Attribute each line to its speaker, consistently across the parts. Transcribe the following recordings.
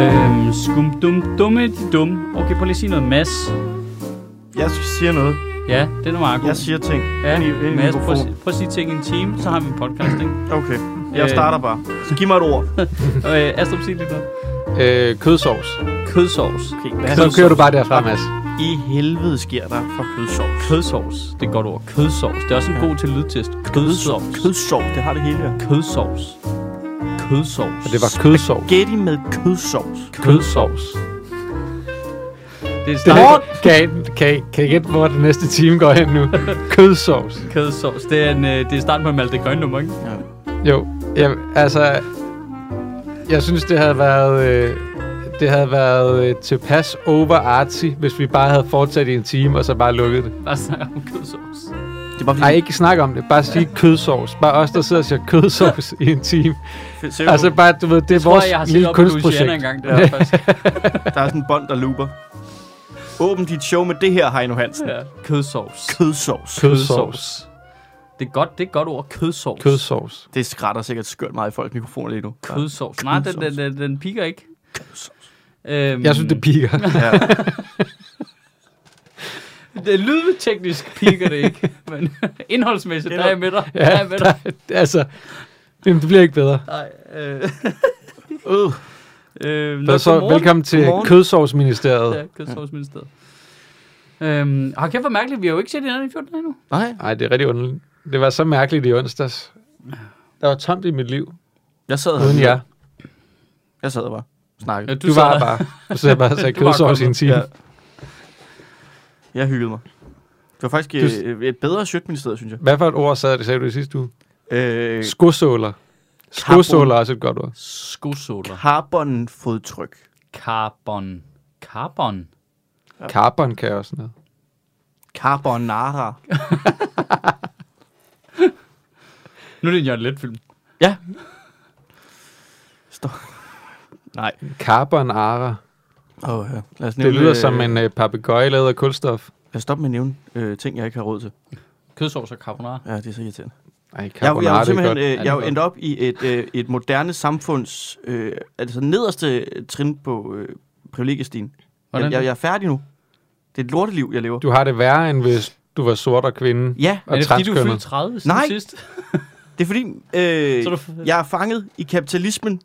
Speaker 1: Øhm, Dum dum dumme de dum. Okay, prøv lige at sige noget, Mads.
Speaker 2: Jeg siger noget.
Speaker 1: Ja, den er meget god.
Speaker 2: Jeg siger ting.
Speaker 1: ja,
Speaker 2: ind i, ind i
Speaker 1: Mads, prøv, at
Speaker 2: mikrofonen.
Speaker 1: si- prøv at sige ting i en time, så har vi en podcast, ikke?
Speaker 2: Okay, jeg
Speaker 1: Øh.
Speaker 2: starter bare. Så giv mig et ord.
Speaker 1: Og, øh, Astrup, sig lige noget.
Speaker 3: Øh, kødsovs.
Speaker 1: Kødsovs.
Speaker 2: Okay,
Speaker 3: Så
Speaker 2: hvad
Speaker 3: kører du bare derfra, Mads.
Speaker 2: i helvede sker der for kødsovs?
Speaker 1: Kødsovs. Det er et godt ord. Kødsovs. Det er også en god til lydtest. Kødsovs.
Speaker 2: Kødsovs, det har det hele her.
Speaker 1: Kødsovs. Kødsovs.
Speaker 3: Og det var kødsovs.
Speaker 2: Spaghetti med kødsovs.
Speaker 3: Kødsovs.
Speaker 1: det er
Speaker 3: Det er
Speaker 1: snart
Speaker 3: lidt- kan, I- kan, I- kan I gætte, hvor den næste time går hen nu? Kødsovs.
Speaker 1: kødsovs. Det er, en, øh, det er starten på en Malte Grøn nummer, ikke?
Speaker 2: Ja.
Speaker 3: Jo, jamen, altså... Jeg synes, det havde været... Øh, det havde været øh, tilpas over artsy, hvis vi bare havde fortsat i en time, og så bare lukket det.
Speaker 1: Bare snakke om kødsovs.
Speaker 2: Det er bare
Speaker 3: Nej, ikke snakke om det. Bare sige kødsovs. Bare os, der sidder og siger kødsovs i en time.
Speaker 2: ikke.
Speaker 3: Altså bare, du ved, det er
Speaker 1: Jeg tror,
Speaker 3: vores
Speaker 1: jeg har set
Speaker 3: lille
Speaker 1: op på Louisiana
Speaker 3: kunstprojekt.
Speaker 1: engang. Det var faktisk.
Speaker 2: der er sådan en bånd, der looper. Åbn dit show med det her, Heino Hansen.
Speaker 1: Ja. Kødsovs.
Speaker 2: Kødsovs.
Speaker 3: Kødsovs.
Speaker 1: Det er godt, det er et godt ord. Kødsovs.
Speaker 3: Kødsovs.
Speaker 2: Det skrætter sikkert skørt meget i folks mikrofoner lige nu.
Speaker 1: Kødsovs. Nej, den, den,
Speaker 2: Kødsovs.
Speaker 1: den, den piker ikke. Øhm,
Speaker 3: Jeg synes, det piker.
Speaker 2: Ja.
Speaker 1: det lydteknisk piker det ikke, men indholdsmæssigt, der er jeg med dig. Der er jeg
Speaker 3: Ja,
Speaker 1: med dig.
Speaker 3: der, altså, jamen, det bliver ikke bedre.
Speaker 1: Nej, øh,
Speaker 2: Øh.
Speaker 1: øh,
Speaker 3: Så,
Speaker 1: nå,
Speaker 3: så
Speaker 1: godmorgen.
Speaker 3: velkommen til
Speaker 2: Godmorgen.
Speaker 3: Kødsovsministeriet.
Speaker 1: Ja, Kødsovsministeriet. Øhm, har kæft for mærkeligt, vi har jo ikke set hinanden i 14 dage endnu.
Speaker 2: Nej,
Speaker 3: Nej, det er rigtig underligt. Det var så mærkeligt i onsdags. Der var tomt i mit liv,
Speaker 2: jeg sad
Speaker 3: uden
Speaker 2: her.
Speaker 3: jer.
Speaker 2: Jeg sad og bare og snakkede.
Speaker 3: Du, du var her bare. Og så jeg bare sagde
Speaker 1: Du var
Speaker 3: kødsovs i en
Speaker 1: kommet.
Speaker 3: time.
Speaker 2: Ja. Jeg hyggede mig. Det var faktisk
Speaker 3: Du-
Speaker 2: øh, et bedre sjøtministeriet, synes jeg.
Speaker 3: Hvad for et ord sad det, sagde du i sidste uge?
Speaker 2: Øh,
Speaker 3: Skosåler. Skosåler er også et godt ord.
Speaker 1: Skosoler.
Speaker 2: carbonfodtryk.
Speaker 1: Carbon. Carbon.
Speaker 3: Carbon kan også noget.
Speaker 2: Carbonara.
Speaker 1: Nu er det en Jørgen Let-film.
Speaker 2: Ja. Står. Nej.
Speaker 3: Carbonara.
Speaker 2: Oh, ja. Lad os
Speaker 3: Det lyder
Speaker 2: øh,
Speaker 3: som en øh, papegøje lavet af kulstof.
Speaker 2: Lad os stoppe med at nævne øh, ting, jeg ikke har råd til.
Speaker 1: Kødsovs og carbonara.
Speaker 2: Ja, det er så irriterende.
Speaker 3: Ej,
Speaker 2: Jeg, jeg, er
Speaker 3: carbonara
Speaker 2: jo
Speaker 3: det er
Speaker 2: simpelthen
Speaker 3: godt.
Speaker 2: øh,
Speaker 1: det
Speaker 2: jeg
Speaker 1: er
Speaker 2: er jo
Speaker 1: godt.
Speaker 2: endt op i et, øh, et moderne samfunds øh, altså nederste trin på øh, privilegiestien. Jeg,
Speaker 1: Hvordan?
Speaker 2: jeg, jeg er færdig nu. Det er et lorteliv, jeg lever.
Speaker 3: Du har det værre, end hvis du var sort og kvinde.
Speaker 2: Ja,
Speaker 1: er
Speaker 3: Og
Speaker 1: det fordi, du fyldte
Speaker 3: transkønnet.
Speaker 1: 30
Speaker 2: Nej.
Speaker 1: siden sidst?
Speaker 2: det er fordi, øh,
Speaker 1: Så er du-
Speaker 2: jeg er fanget i kapitalismen,
Speaker 1: Åh,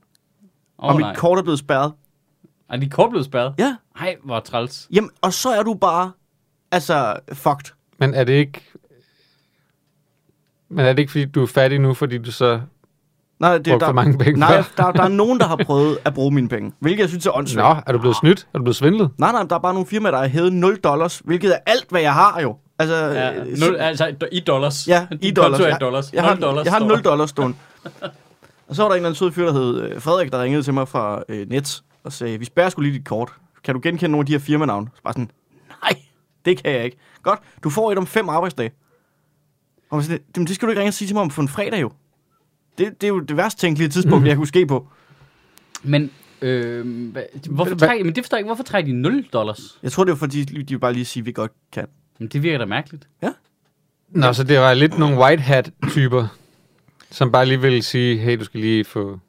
Speaker 2: oh,
Speaker 1: oh,
Speaker 2: og mit
Speaker 1: nej.
Speaker 2: kort er blevet spærret.
Speaker 1: Er de kort blevet spærret?
Speaker 2: Ja,
Speaker 1: Nej, hvor træls.
Speaker 2: jamen, og så er du bare, altså, fucked.
Speaker 3: Men er det ikke... Men er det ikke, fordi du er fattig nu, fordi du så...
Speaker 2: Nej, det,
Speaker 3: Brugt for mange penge
Speaker 2: nej,
Speaker 3: før.
Speaker 2: der, der er nogen, der har prøvet at bruge mine penge, hvilket jeg synes er åndssvagt.
Speaker 3: Nå, er du blevet snydt? Er du blevet svindlet?
Speaker 2: Nej, nej, der er bare nogle firmaer, der har hævet 0 dollars, hvilket er alt, hvad jeg har jo. Altså,
Speaker 1: Ja,
Speaker 2: øh,
Speaker 1: nul, altså do- i dollars.
Speaker 2: Ja,
Speaker 1: Din
Speaker 2: i
Speaker 1: konto
Speaker 2: dollars.
Speaker 1: er i
Speaker 2: Jeg-
Speaker 1: dollars.
Speaker 2: Jeg
Speaker 1: Nul
Speaker 2: har,
Speaker 1: dollars
Speaker 2: jeg har
Speaker 1: står
Speaker 2: 0
Speaker 1: der.
Speaker 2: dollars stående. og så var der en eller anden sød fyr, der hed øh, Frederik, der ringede til mig fra øh, Net og sagde, vi spærrer skulle lige dit kort. Kan du genkende nogle af de her firmanavne? Så bare sådan, nej, det kan jeg ikke. Godt, du får et om fem arbejdsdage. Og man sådan, lidt, "Jamen, det skal du ikke ringe og sige til mig om på en fredag jo. Det, det er jo det værst tænkelige
Speaker 3: Mm.
Speaker 2: tidspunkt, jeg kunne ske på.
Speaker 1: Men øh, hva- hvorfor
Speaker 3: Hva-
Speaker 1: trækker, men det forstår jeg ikke, hvorfor trækker de 0 dollars?
Speaker 2: Jeg tror, det var fordi, de de bare lige siger, at vi godt kan.
Speaker 1: Men det virker da mærkeligt.
Speaker 3: Nå, så det var lidt nogle white hat-typer, som bare lige ville sige, hey, du skal lige få...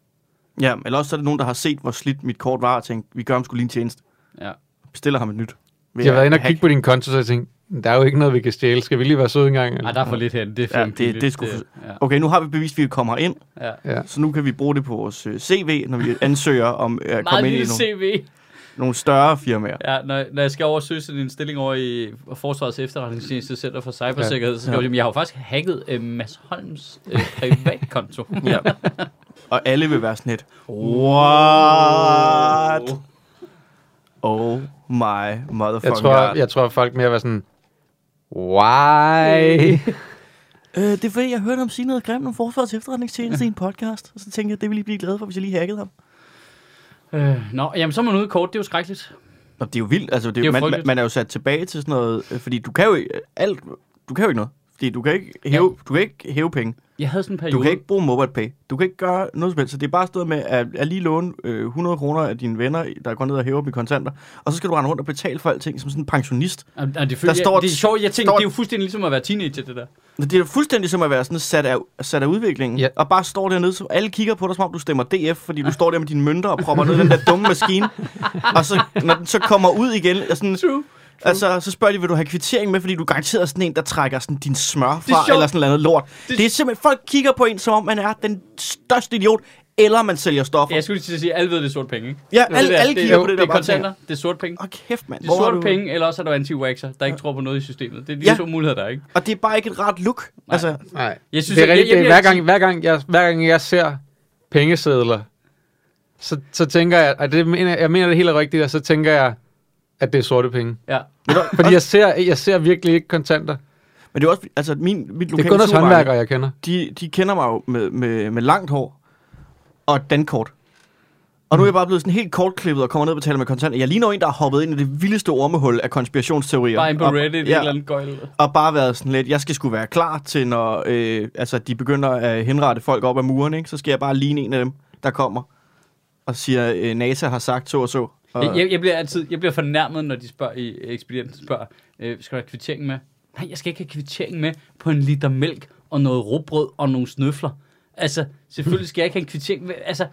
Speaker 2: Ja, eller også så er det nogen, der har set, hvor slidt mit kort var, og tænkt, vi gør ham skulle lige en tjeneste.
Speaker 1: Ja.
Speaker 2: Bestiller ham et nyt.
Speaker 3: Jeg har været inde og kigge på din konto, så jeg tænkte, der er jo ikke noget, vi kan stjæle. Skal vi lige være søde engang?
Speaker 1: Nej,
Speaker 3: Eller?
Speaker 1: der er for lidt her. Det er
Speaker 2: Ja,
Speaker 1: fandme
Speaker 2: det, det,
Speaker 1: pinligt.
Speaker 2: det er sgu... for-
Speaker 1: ja,
Speaker 2: Okay, nu har vi bevist, at vi kommer ind.
Speaker 1: ja.
Speaker 3: Ja.
Speaker 2: Så nu kan vi bruge det på vores øh, CV, når vi ansøger om øh, at
Speaker 1: Meget
Speaker 2: komme ind i
Speaker 1: lille
Speaker 2: nogle,
Speaker 1: CV.
Speaker 2: nogle større firmaer.
Speaker 1: Ja, når, når jeg skal over og søge sådan en stilling over i Forsvarets Efterretningstjeneste Center for Cybersikkerhed, så skal jeg jo sige, jeg har jo faktisk hacket øh, Mads Holms øh, privatkonto.
Speaker 2: Ja. Og alle vil være sådan et, what? Oh my motherfucking
Speaker 3: Jeg, tror,
Speaker 2: god.
Speaker 3: jeg tror, folk mere var sådan, why?
Speaker 2: Øh, det er fordi, jeg hørte ham sige noget grimt om Forsvarets Efterretningstjeneste i en podcast, og så tænkte jeg, det ville I blive glade for, hvis jeg lige hackede ham.
Speaker 1: Øh, nå, jamen så er man ude i kort, det er jo skrækkeligt.
Speaker 2: Nå, det er jo vildt. Altså, det,
Speaker 1: Det er
Speaker 2: er
Speaker 1: jo
Speaker 2: man, man,
Speaker 1: frygteligt.
Speaker 2: man, er jo sat tilbage til sådan noget, øh, fordi du kan jo ikke- alt, du kan jo ikke noget. Fordi du kan ikke hæve, du kan ikke hæve penge.
Speaker 1: Jeg havde sådan en periode...
Speaker 2: Du kan ikke bruge MobilePay. Du kan ikke gøre noget som helst. Så det er bare stået med at, at lige låne øh, 100 kroner af dine venner, der går ned og hæver dem i kontanter. Og så skal du rende rundt og betale for alting som sådan en pensionist.
Speaker 1: Jamen, nej, det, føler,
Speaker 2: Der står
Speaker 1: jeg, det er
Speaker 2: et-
Speaker 1: sjovt, jeg tænkte,
Speaker 2: står et-
Speaker 1: det er jo fuldstændig ligesom at være teenager, det der.
Speaker 2: Men Det er fuldstændig som at være sådan sat af, sat af udviklingen.
Speaker 3: Ja.
Speaker 2: Ja. Og bare står dernede, så alle kigger på dig, som om du stemmer DF, fordi du står der med dine mønter og propper ned i den der dumme maskine. og så, når den så kommer ud igen, og sådan,
Speaker 1: True.
Speaker 2: Altså, så spørger de, vil du have kvittering med, fordi du garanteret er sådan en, der trækker sådan din smør fra,
Speaker 1: sjovt.
Speaker 2: eller sådan noget lort. Det... det er simpelthen, folk kigger på en, som om man er den største idiot, eller man sælger
Speaker 1: Ja,
Speaker 2: stoffer.
Speaker 1: jeg skulle lige til at sige, at alle ved, det er sort penge. ikke?
Speaker 2: Ja,
Speaker 1: Det er
Speaker 2: alle-
Speaker 1: det der.
Speaker 2: alle
Speaker 1: Det er-
Speaker 2: kigger på det der
Speaker 1: Det er
Speaker 2: bare
Speaker 1: kontanter, det er sort penge.
Speaker 2: Og kæft, mand.
Speaker 1: Det er
Speaker 2: hvor
Speaker 1: sorte
Speaker 2: du-
Speaker 1: penge, eller også er du anti-waxer, der ikke tror på noget i systemet. Det er de
Speaker 2: Ja.
Speaker 1: to muligheder, der er, ikke?
Speaker 2: Og det er bare ikke et rart look.
Speaker 1: Nej.
Speaker 2: Altså,
Speaker 3: Nej.
Speaker 1: Jeg synes,
Speaker 3: det er
Speaker 1: jeg-
Speaker 3: rigtigt.
Speaker 1: jeg-
Speaker 3: det er
Speaker 1: jeg-
Speaker 3: hver, gang, hver, gang jeg, hver gang jeg ser pengesedler, så, så tænker jeg, og det mener, jeg mener det helt er rigtigt, og så tænker jeg, at det er sorte penge.
Speaker 1: Ja.
Speaker 3: Fordi jeg ser, jeg ser virkelig ikke kontanter.
Speaker 2: men det er også, altså, min, mit
Speaker 3: Det er
Speaker 2: lokale
Speaker 3: kun hos
Speaker 2: supermarked,
Speaker 3: håndværkere, jeg kender.
Speaker 2: de, de kender mig jo med, med, med langt hår og et dankort. Og nu er jeg bare blevet sådan helt kortklippet og kommer ned og betaler med kontanter. Jeg ligner jo en, der har hoppet ind i det vildeste ormehul af konspirationsteorier.
Speaker 1: Bare ind på
Speaker 2: Og-
Speaker 1: Reddit, et eller andet gøjl.
Speaker 2: og bare været sådan lidt, jeg skal skulle være klar til, når øh, altså, de begynder at henrette folk op ad muren, ikke? så skal jeg bare ligne en af dem, der kommer og siger, øh, NASA har sagt så og så. Og,
Speaker 1: Jeg, jeg, jeg, bliver altid jeg bliver fornærmet, når de spørger i ekspedienten spørger, øh, skal du have kvittering med? Nej, jeg skal ikke have kvittering med på en liter mælk og noget rugbrød og nogle snøfler. Altså, selvfølgelig skal jeg ikke have en kvittering med. Altså,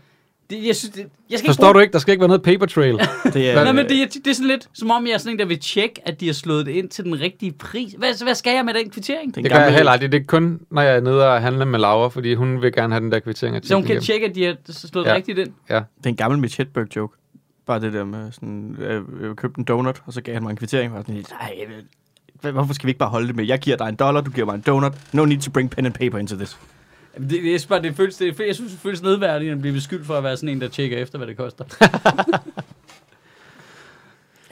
Speaker 1: det, jeg synes, det, jeg skal
Speaker 3: Forstår du ikke? Der skal ikke være noget paper trail.
Speaker 2: det
Speaker 1: bruge...
Speaker 2: er, øh,
Speaker 1: Nej, men det, er- det er sådan lidt, som om jeg er sådan en, der vil tjekke, at de har slået det ind til den rigtige pris. Hvad, hvad skal jeg med den kvittering?
Speaker 2: en
Speaker 3: Det gør jeg
Speaker 2: gammel-
Speaker 3: heller aldrig. Det er kun, når jeg er nede og handler med Laura, fordi hun vil gerne have den der kvittering. af
Speaker 1: Så hun
Speaker 3: tingene
Speaker 1: kan tjekke, at de har slået ja.
Speaker 3: Ja.
Speaker 1: rigtigt ind.
Speaker 2: det er en gammel Mitch Hedberg joke. Bare det der med sådan, øh, jeg købte en donut, og så gav han mig en kvittering. Og jeg var sådan, nej, øh, hva- hvorfor skal vi ikke bare holde det med? Jeg giver dig en dollar, du giver mig en donut. No need to bring pen and paper into this.
Speaker 1: Jamen, Det, det, er bare, det føles, det, jeg synes, det føles nedværdigt at blive beskyldt for at være sådan en, der tjekker efter, hvad det koster.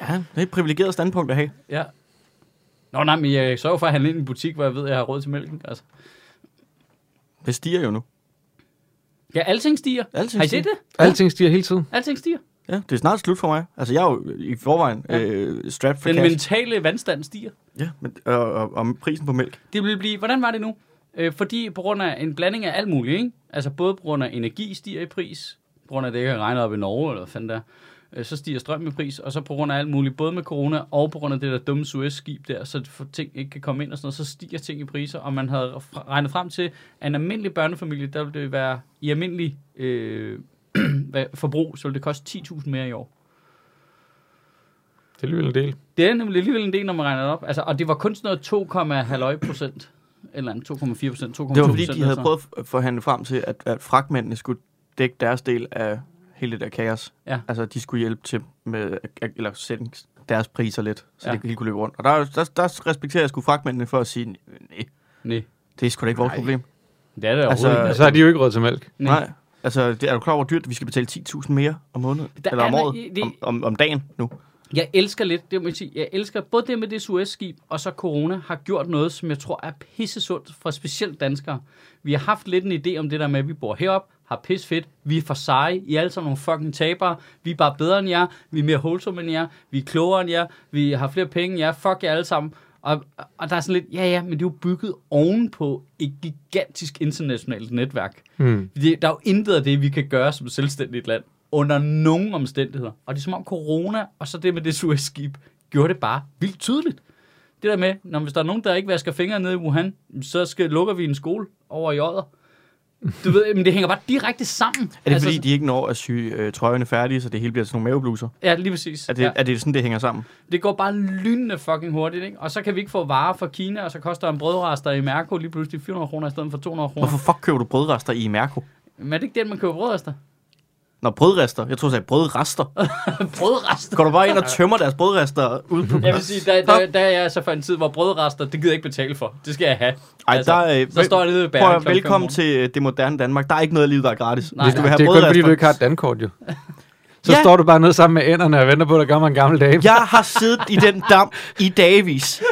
Speaker 2: Ja, det er et privilegeret standpunkt at have.
Speaker 1: Ja. Nå nej, men jeg sørger for at handle ind i en butik, hvor jeg ved, at jeg har råd til mælken. Altså.
Speaker 2: Det stiger jo nu.
Speaker 1: Ja, alting stiger.
Speaker 2: Alting
Speaker 1: Har I
Speaker 2: stiger.
Speaker 1: set det?
Speaker 3: Alting stiger hele tiden.
Speaker 1: Alting stiger.
Speaker 2: Ja, det er snart slut for mig. Altså, jeg er jo i forvejen
Speaker 1: Ja.
Speaker 2: ja. øh, strapped for
Speaker 1: Den
Speaker 2: cash.
Speaker 1: mentale vandstand stiger.
Speaker 2: Ja, men, og, og, og prisen på mælk.
Speaker 1: Det vil blive, hvordan var det nu? Øh, fordi på grund af en blanding af alt muligt, ikke? altså både på grund af energi stiger i pris, på grund af at det ikke har regnet op i Norge, eller hvad fanden der, øh, så stiger strøm i pris, og så på grund af alt muligt, både med corona og på grund af det der dumme Suez-skib der, så for ting ikke kan komme ind og sådan noget, så stiger ting i priser, og man havde f- regnet frem til, at en almindelig børnefamilie, der ville det være i almindelig øh, hvad- forbrug, så ville det koste 10.000 mere i år.
Speaker 3: Det er alligevel en del.
Speaker 1: Det er nemlig alligevel en del, når man regner det op. Altså, og det var kun sådan noget 2,5 procent. Eller en 2,4 procent, 2,2 procent.
Speaker 2: Det var fordi, de
Speaker 1: altså.
Speaker 2: havde prøvet at forhandle frem til, at, at fragtmændene skulle dække deres del af hele det der kaos.
Speaker 1: Ja.
Speaker 2: Altså, de skulle hjælpe til med, at- eller sætte deres priser lidt, så
Speaker 1: Ja.
Speaker 2: ja. det hele kunne løbe rundt. Og der, der, der respekterer jeg sgu fragtmændene for at sige, nej,
Speaker 1: Nej,
Speaker 2: det er sgu da ikke vores
Speaker 3: Nej.
Speaker 2: problem.
Speaker 1: det er det
Speaker 2: Altså,
Speaker 1: overhovedet
Speaker 3: Og
Speaker 1: ikke.
Speaker 3: Øh, så har de jo ikke råd til mælk.
Speaker 1: Nej.
Speaker 2: Nej. Altså, det, er du klar over, hvor dyrt vi skal betale 10.000 mere om måneden?
Speaker 1: Der
Speaker 2: eller om
Speaker 1: er der-
Speaker 2: året?
Speaker 1: det-
Speaker 2: om, om, om dagen nu?
Speaker 1: Jeg elsker lidt, det må jeg sige. Jeg elsker både det med det Suez-skib, og så corona har gjort noget, som jeg tror er pissesundt for specielt danskere. Vi har haft lidt en idé om det der med, at vi bor herop, har pis fedt, vi er for seje, I er alle sammen nogle fucking tabere, vi er bare bedre end jer, vi er mere wholesome end jer, vi er klogere end jer, vi har flere penge end jer, fuck jer alle sammen. Og, og der er sådan lidt, ja ja, men det er jo bygget ovenpå et gigantisk internationalt netværk.
Speaker 3: Hmm.
Speaker 1: Det, der er jo intet af det, vi kan gøre som selvstændigt land, under nogen omstændigheder. Og det er som om corona, og så det med det Suez-skib, gjorde det bare vildt tydeligt. Det der med, når hvis der er nogen, der ikke vasker fingre nede i Wuhan, så skal, lukker vi en skole over i Odder. Du ved, men det hænger bare direkte sammen.
Speaker 2: Er det altså, fordi, de ikke når at sy øh, trøjerne færdige, så det hele bliver sådan nogle mavebluser?
Speaker 1: Ja, lige præcis.
Speaker 2: Er det,
Speaker 1: ja.
Speaker 2: ja. er det sådan, det hænger sammen?
Speaker 1: Det går bare lynende fucking hurtigt, ikke? Og så kan vi ikke få varer fra Kina, og så koster en brødrester i Mærko lige pludselig 400 kroner i stedet for 200 kroner.
Speaker 2: Hvorfor fuck køber du brødrester i Mærko?
Speaker 1: Men er det ikke den, man køber brødrester?
Speaker 2: Nå, brødrester. Jeg tror, du sagde brødrester.
Speaker 1: brødrester?
Speaker 2: Går du bare ind og tømmer deres brødrester ud på...
Speaker 1: Jeg vil sige, der, der, der er jeg altså for en tid, hvor brødrester, det gider jeg ikke betale for. Det skal jeg have.
Speaker 2: Ej,
Speaker 1: altså,
Speaker 2: der, er-
Speaker 1: så står jeg nede ved bæren
Speaker 2: Prøv at,
Speaker 1: klokken
Speaker 2: velkommen
Speaker 1: fem
Speaker 2: til øh, det moderne Danmark. Der er ikke noget i livet, der er gratis.
Speaker 1: Nej,
Speaker 2: Nej, Hvis du
Speaker 1: nej.
Speaker 2: vil have
Speaker 3: Det er kun, fordi
Speaker 2: brødrester.
Speaker 3: du ikke har et dankort, jo. Så
Speaker 2: Ja.
Speaker 3: står du bare ned sammen med ænderne og venter på, at der kommer en gammel dame.
Speaker 2: Jeg har siddet i den dam i dagvis.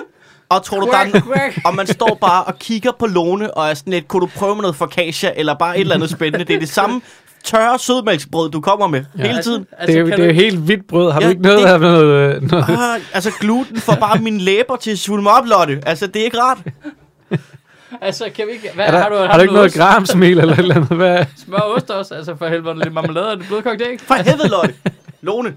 Speaker 2: Og tror du, der er en-
Speaker 1: quack.
Speaker 2: og man står bare og kigger på Lone og er sådan lidt, kunne du prøve med noget focaccia eller bare et eller andet spændende? Det er det samme tørre sødmælksbrød, du kommer med ja. hele tiden.
Speaker 1: Altså,
Speaker 3: Det er, jo,
Speaker 1: kan
Speaker 3: det er jo
Speaker 1: du-
Speaker 3: helt hvidt brød. Har du
Speaker 2: Ja,
Speaker 3: ikke noget
Speaker 2: det-
Speaker 3: af noget... øh, noget?
Speaker 2: Ah, altså gluten får bare mine læber til at svulme op, Lotte. Altså, det er ikke rart.
Speaker 1: Altså, kan vi ikke... Hvad,
Speaker 3: Er der, har du, har du ikke noget
Speaker 1: græs?
Speaker 3: gramsmel eller et eller andet? Hvad?
Speaker 1: Smør og ost også, altså for helvede, lidt marmelade og lidt blødkogt æg.
Speaker 2: For helvede, Lotte. Lone.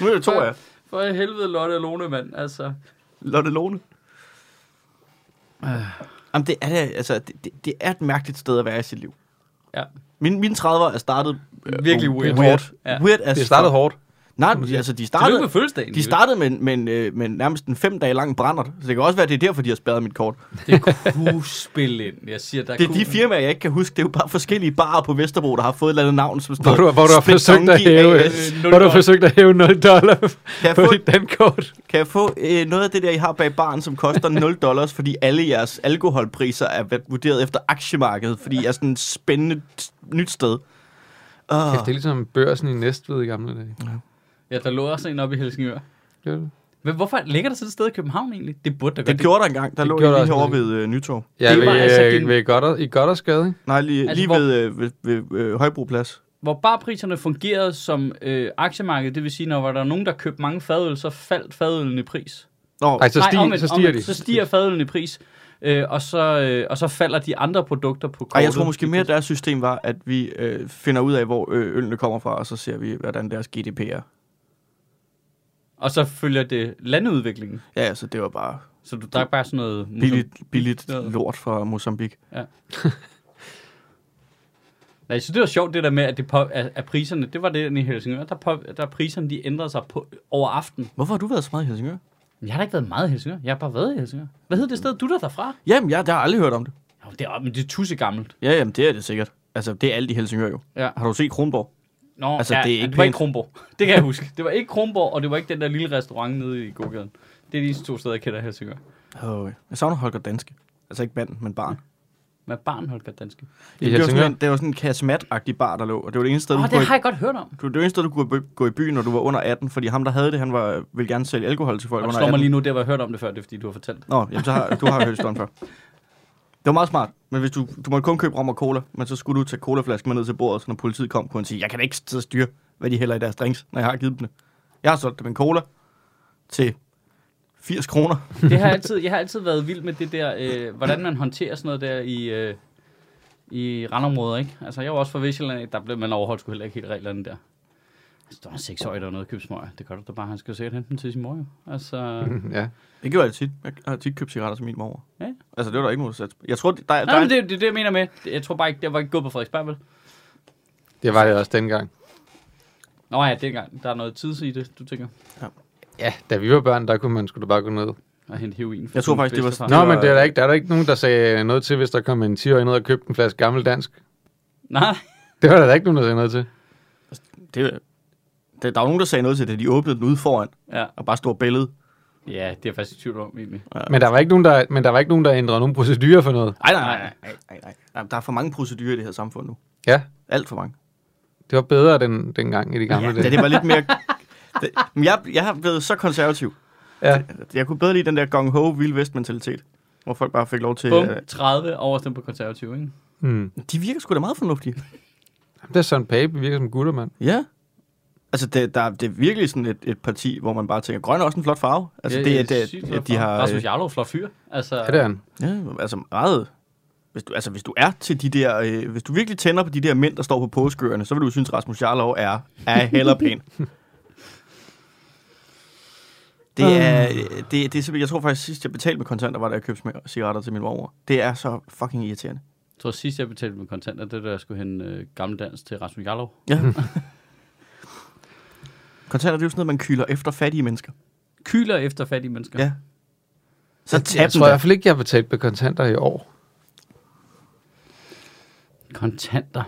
Speaker 2: Nu er det to af jer.
Speaker 1: For helvede, Lotte og Lone, mand, altså.
Speaker 2: Lotte Lone.
Speaker 1: Øh.
Speaker 2: Jamen, det er, det, altså, det, det, det er et mærkeligt sted at være i sit liv.
Speaker 1: Ja.
Speaker 2: Min, mine 30'er er startet... øh,
Speaker 1: Virkelig weird.
Speaker 2: Weird,
Speaker 1: Ja.
Speaker 2: weird as
Speaker 3: Det startede
Speaker 2: fuck.
Speaker 3: hårdt.
Speaker 2: Nej, men altså, de
Speaker 1: Tillykke med
Speaker 2: startede...
Speaker 1: fødselsdagen.
Speaker 2: De
Speaker 1: jo.
Speaker 2: startede med, en- med, en, øh, med en nærmest en fem dage lang brænder. Så det kan også være, at det er derfor, de har spærret mit kort.
Speaker 1: Det kunne spille ind. Jeg siger, der
Speaker 2: Det er
Speaker 1: kunne...
Speaker 2: de firmaer, jeg ikke kan huske. Det er jo bare forskellige barer på Vesterbro, der har fået et eller andet navn, som står...
Speaker 3: Hvor du, hvor du har
Speaker 2: Split
Speaker 3: forsøgt at
Speaker 2: Donkey
Speaker 3: hæve,
Speaker 2: AS.
Speaker 1: øh,
Speaker 3: hvor du har
Speaker 1: dollar.
Speaker 3: forsøgt at hæve 0 dollar
Speaker 2: Kan jeg
Speaker 3: på
Speaker 2: få-
Speaker 3: dit dankort.
Speaker 2: Kan jeg få øh, noget af det der, I har bag baren, som koster 0 dollars, fordi alle jeres alkoholpriser er væ- vurderet efter aktiemarkedet, fordi jeg er sådan et spændende t- nyt sted. Uh,
Speaker 3: Kæft, det er ligesom børsen i Næstved i gamle dage.
Speaker 1: Ja, der lå også en oppe i Helsingør.
Speaker 3: Gør det?
Speaker 1: Men hvorfor ligger der sådan et sted i København egentlig? Det burde der
Speaker 2: det
Speaker 1: gøre.
Speaker 2: gjorde der engang. Der
Speaker 3: Det
Speaker 2: lå
Speaker 3: gjorde
Speaker 2: jeg
Speaker 3: der
Speaker 2: lige
Speaker 3: også
Speaker 2: herovre ved øh, Nytorv.
Speaker 3: Ja,
Speaker 1: Det
Speaker 3: ved,
Speaker 1: var altså
Speaker 3: øh,
Speaker 1: din-
Speaker 3: ved Godder, i Goddersgade, ikke?
Speaker 2: Nej, lige,
Speaker 1: Altså,
Speaker 2: altså, lige
Speaker 1: hvor-
Speaker 2: ved, øh, ved, ved øh, Højbroplas.
Speaker 1: hvor barpriserne fungerede som øh, aktiemarked, det vil sige, når var der nogen, der købte mange fadøl, så faldt fadølen i pris.
Speaker 2: Nå,
Speaker 3: Ej, så, stig,
Speaker 1: omvendt,
Speaker 3: så stiger
Speaker 1: omvendt,
Speaker 3: de.
Speaker 1: Så stiger fadølen i pris, øh, og, så, øh, og så falder de andre produkter på kortet.
Speaker 2: Ej, jeg tror måske mere, at deres system var, at vi øh, finder ud af, hvor øh, ølene kommer fra, og så ser vi, hvordan deres GDP er.
Speaker 1: Og så følger det landeudviklingen.
Speaker 2: Ja, altså, det var bare
Speaker 1: Så du drak bare sådan noget... ligesom-
Speaker 2: billigt, billigt
Speaker 1: Noget.
Speaker 2: lort fra Mozambique.
Speaker 1: Nej, så det var sjovt det der med, at, det på, at, at priserne, det var det i Helsingør, der, på, der priserne de ændrede sig på, over aften.
Speaker 2: Hvorfor har du været så meget i Helsingør?
Speaker 1: Men jeg har da ikke været meget i Helsingør, jeg har bare været i Helsingør. Hvad hed det sted, du der derfra?
Speaker 2: Jamen, jeg, jeg har aldrig hørt om det.
Speaker 1: Jo, det er, men det er tusse gammelt.
Speaker 2: Ja, jamen, det er det sikkert. Altså, det er alt i Helsingør jo.
Speaker 1: Ja.
Speaker 2: Har du set Kronborg?
Speaker 1: Nå,
Speaker 2: Altså,
Speaker 1: ja,
Speaker 2: det er
Speaker 1: ja,
Speaker 2: ikke
Speaker 1: det var
Speaker 2: pænt.
Speaker 1: ikke Kronborg. Det kan jeg huske. Det var ikke Kronborg, og det var ikke den der lille restaurant nede i gågaden. Det er de to steder, jeg kender i Helsingør.
Speaker 2: Oh, jeg savner Holger Danske. Altså ikke manden, men barn.
Speaker 1: Med barn, Holger Danske.
Speaker 3: I
Speaker 2: det, var sådan
Speaker 3: Helsingør.
Speaker 2: en, det var sådan en kasmat-agtig bar, der lå, og det var det eneste sted,
Speaker 1: Åh,
Speaker 2: du
Speaker 1: oh,
Speaker 2: kunne
Speaker 1: det
Speaker 2: gå
Speaker 1: har
Speaker 2: i-
Speaker 1: jeg godt hørt om.
Speaker 2: det var det eneste sted, du kunne be- gå i byen, når du var under 18, fordi ham, der havde det, han var, ville gerne sælge alkohol til
Speaker 1: Og
Speaker 2: folk
Speaker 1: det
Speaker 2: under
Speaker 1: slår
Speaker 2: 18.
Speaker 1: mig lige nu, det var jeg hørt om det før, det er fordi, du har fortalt. det.
Speaker 2: Nå, jamen, så har, du har hørt historien før. Det var meget smart, men hvis du, du måtte kun købe rom og cola, men så skulle du tage colaflasken med ned til bordet, så når politiet kom, kunne han sige, jeg kan da ikke sidde og styre, hvad de hælder i deres drinks, når jeg har givet dem det. Jeg har solgt dem en cola til 80 kroner.
Speaker 1: Det har jeg, altid, jeg har altid været vild med det der, øh, hvordan man håndterer sådan noget der i, øh, i randområder, ikke? Altså, jeg var også fra Vestjylland, ikke? der blev man overholdt sgu heller ikke helt reglerne der. Altså, der var en seksårig, der var noget at købe smøger. Det gør du da bare, han skal jo sikkert hente dem til sin mor, jo. Altså,
Speaker 3: Ja.
Speaker 2: Det gjorde jeg tit. Jeg har tit købt cigaretter til min mor.
Speaker 1: Ja.
Speaker 2: Altså, det var der ikke noget sats. på. Jeg tror, der, der,
Speaker 1: Nej,
Speaker 2: er-
Speaker 1: men det, det, er det, jeg mener med. Jeg tror bare ikke, det var ikke gået på Frederiksberg, vel?
Speaker 3: Det var det også dengang.
Speaker 1: Nå ja, dengang. Der er noget tids i det, du tænker.
Speaker 3: Ja, da vi var børn, der kunne man sgu da bare gå ned.
Speaker 1: At hente heroin. fra
Speaker 2: Jeg tror
Speaker 1: sin
Speaker 2: faktisk, det var-
Speaker 1: bedstefar.
Speaker 2: Det
Speaker 3: Nå,
Speaker 2: var-
Speaker 3: men det er der ikke, der er der ikke nogen, der sagde noget til, hvis der kom en 10-årig ned og købte en flaske gammel dansk.
Speaker 1: Nej,
Speaker 3: Det var der da ikke nogen, der sagde noget til.
Speaker 2: det, det, der var nogen, der sagde noget til det. De åbnede den ude foran
Speaker 1: ja.
Speaker 2: og bare stod billede.
Speaker 1: ja, det er jeg faktisk i tvivl om, egentlig.
Speaker 3: Men der var ikke nogen, der, men der, var ikke nogen, der ændrede nogen procedurer for noget.
Speaker 2: Ej, nej, nej, nej, nej, nej. nej. Der er for mange procedurer i det her samfund nu.
Speaker 3: Ja,
Speaker 2: Alt for mange.
Speaker 3: det var bedre den, dengang i de gamle
Speaker 2: Ja,
Speaker 3: dage.
Speaker 2: det var lidt mere... Det, men jeg, jeg er blevet så konservativ.
Speaker 3: Ja.
Speaker 2: Jeg kunne bedre lide den der gong ho vild vest mentalitet hvor folk bare fik lov til...
Speaker 1: Bum,
Speaker 2: Øh,
Speaker 1: 30 overstemt på konservativ, ikke?
Speaker 3: Mm.
Speaker 2: de virker sgu da meget fornuftige.
Speaker 3: Det er Søren Pape, vi virker som gutter, mand.
Speaker 2: Ja. Altså, det, der, er- det er virkelig sådan et, et parti, hvor man bare tænker, grøn er også en flot farve. Altså, det, er det,
Speaker 1: sygt,
Speaker 2: det,
Speaker 1: flot
Speaker 2: de
Speaker 1: for-
Speaker 2: har... øh,
Speaker 1: Rasmus Jarlov, flot fyr. Altså,
Speaker 3: Ja, det er han.
Speaker 2: Ja, altså meget... Hvis du, altså, hvis du er til de der... Øh, hvis du virkelig tænder på de der mænd, der står på påskøerne, så vil du synes, Rasmus Jarlov er, er heller pæn. det,
Speaker 3: Ah.
Speaker 2: er, øh, det, det er simpelthen... Jeg tror faktisk, sidst jeg betalte med kontanter, var da jeg købte smag- cigaretter til min mor. Det er så fucking irriterende.
Speaker 1: Jeg tror sidst, jeg betalte med kontanter, det der jeg skulle hente øh, gammeldans til Rasmus Jarlov.
Speaker 2: Ja. kontanter, det er jo sådan noget, man kyler efter fattige mennesker.
Speaker 1: Kyler efter fattige mennesker.
Speaker 2: Ja. Så
Speaker 3: Jeg
Speaker 2: tag dem
Speaker 3: tror i hvert
Speaker 2: da.
Speaker 3: fald ikke, jeg har betalt med kontanter i år.
Speaker 1: Kontanter.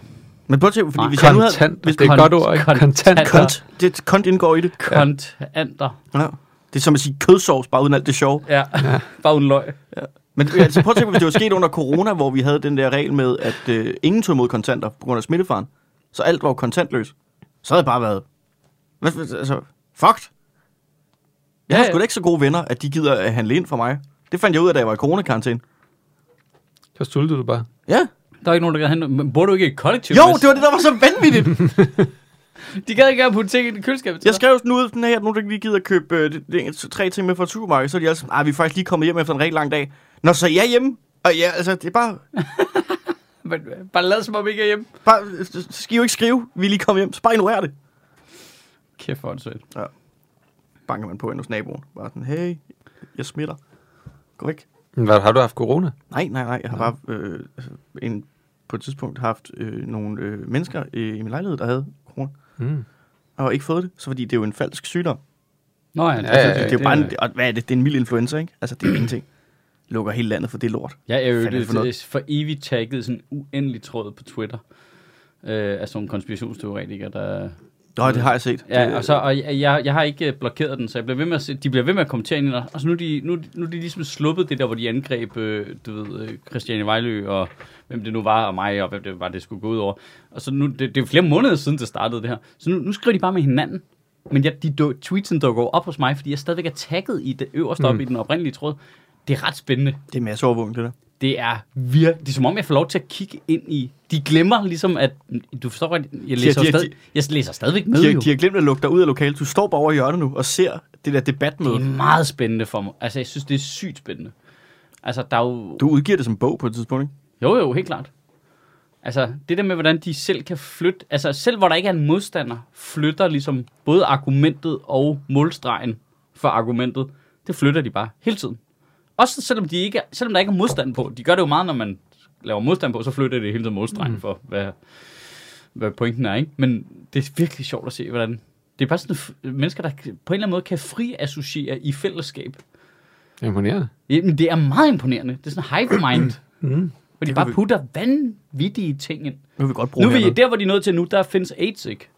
Speaker 2: Men prøv at se, fordi hvis jeg nu havde...
Speaker 3: Kontant,
Speaker 2: hvis-
Speaker 3: Ah, det er et godt ord, ikke?
Speaker 1: kon-
Speaker 3: Kontanter.
Speaker 1: kontanter.
Speaker 2: Kont, det, kont indgår i det.
Speaker 1: Kontanter.
Speaker 2: Ja. Det er som at sige kødsovs, bare uden alt det sjove.
Speaker 1: Ja, bare uden løg.
Speaker 2: Men øh, altså, prøv at tænke, på, hvis det var sket under corona, hvor vi havde den der regel med, at øh, ingen tog imod kontanter på grund af smittefaren, så alt var jo kontantløs. Så havde det bare været... Hvad, hvad- altså, fucked! Jeg har
Speaker 1: Ja, ja.
Speaker 2: sgu da ikke så gode venner, at de gider at handle ind for mig. Det fandt jeg ud af, da jeg var i coronakarantæne.
Speaker 3: Så sultede du bare.
Speaker 2: Ja.
Speaker 1: Der er ikke nogen, der kan hente... Men bor du ikke i et kollektiv?
Speaker 2: Jo,
Speaker 1: Mads?
Speaker 2: det var det, der var så vanvittigt.
Speaker 1: De gad ikke have på ting i det køleskab.
Speaker 2: Jeg skrev sådan ud, sådan her, at nogen der ikke lige gider at "Ah, købe øh, det, det, tre ting med fra supermarkedet, så er de altså, nej, vi er faktisk lige kommet hjem efter en rigtig lang dag. Nå, så er jeg hjemme. Og ja, altså, det er bare...
Speaker 1: Men, øh, bare lad som om I ikke er hjemme.
Speaker 2: bare så skal I jo ikke skrive, vi er lige kommet hjem. Så bare ignorer det.
Speaker 1: Kæft for en sødt.
Speaker 2: Banker man på ind hos naboen. Bare sådan, hey, jeg smitter. Gå væk.
Speaker 3: Hvad, har du haft corona?
Speaker 2: Nej, nej, nej. Jeg har bare øh, altså, en, på et tidspunkt haft øh, nogle øh, mennesker øh, i min lejlighed, der havde corona.
Speaker 3: Mm.
Speaker 2: Og ikke fået det, så fordi det er jo en falsk sygdom.
Speaker 1: Nå ja, det,
Speaker 3: Ja, ja, ja.
Speaker 2: Det er jo bare en, og hvad er det? Det er en mild influenza, ikke? Altså, det er jo ingenting. Lukker hele landet for det lort.
Speaker 1: Jeg er jo
Speaker 2: Fanden
Speaker 1: det,
Speaker 2: for noget.
Speaker 1: det, for evigt tagget sådan en uendelig tråd på Twitter. Øh, altså nogle konspirationsteoretikere, der...
Speaker 2: Nå, det har jeg set.
Speaker 1: Ja,
Speaker 2: det,
Speaker 1: og, så, og jeg, jeg, jeg har ikke øh, blokeret den, så jeg bliver ved med at se, de bliver ved med at kommentere ind, i den, og og så nu er de, nu, nu er de ligesom sluppet det der, hvor de angreb, øh, du ved, øh, Christiane Vejlø, og hvem det nu var, og mig, og hvem det var, det skulle gå ud over. Og så nu, det, det er jo flere måneder siden, det startede det her, så nu, nu skriver de bare med hinanden. Men jeg, de du, tweetsen dukker jo op hos mig, fordi jeg stadigvæk er tagget i det øverste mm. op i den oprindelige tråd. Det er ret spændende
Speaker 2: det er masse overvågning, det der.
Speaker 1: det er virkelig... Det er som om, jeg får lov til at kigge ind i... De glemmer ligesom, at... Du forstår godt, jeg læser,
Speaker 2: de-
Speaker 1: de, de,
Speaker 2: de-
Speaker 1: stadig, jeg læser stadigvæk med,
Speaker 2: De,
Speaker 1: jo.
Speaker 2: har- de har glemt at lukke dig ud af lokalet. Du står bare over i hjørnet nu og ser det der debatmøde.
Speaker 1: Det er meget spændende for mig. Altså, jeg synes, det er sygt spændende. Altså, der er jo...
Speaker 2: Du udgiver det som bog på et tidspunkt, ikke?
Speaker 1: Jo, jo, helt klart. Altså, det der med, hvordan de selv kan flytte... Altså, selv hvor der ikke er en modstander, flytter ligesom både argumentet og målstregen for argumentet. Det flytter de bare hele tiden. Også selvom, de ikke er, selvom der ikke er modstand på. De gør det jo meget, når man laver modstand på, så flytter det hele tiden målstregen mm. for, hvad, hvad pointen er. Ikke? Men det er virkelig sjovt at se, hvordan... Det er bare sådan f- mennesker, der kan- på en eller anden måde kan fri associere i fællesskab.
Speaker 3: Imponerende.
Speaker 1: Jamen, det er meget imponerende. Det er sådan hive mind.
Speaker 3: Mm.
Speaker 1: Hvor de
Speaker 2: Det
Speaker 1: bare
Speaker 2: kunne vi-
Speaker 1: putter vanvittige ting ind.
Speaker 2: Nu vil vi godt bruge
Speaker 1: Nu er vi,
Speaker 2: hernede.
Speaker 1: der, hvor de er nået til nu, der findes AIDS, ikke?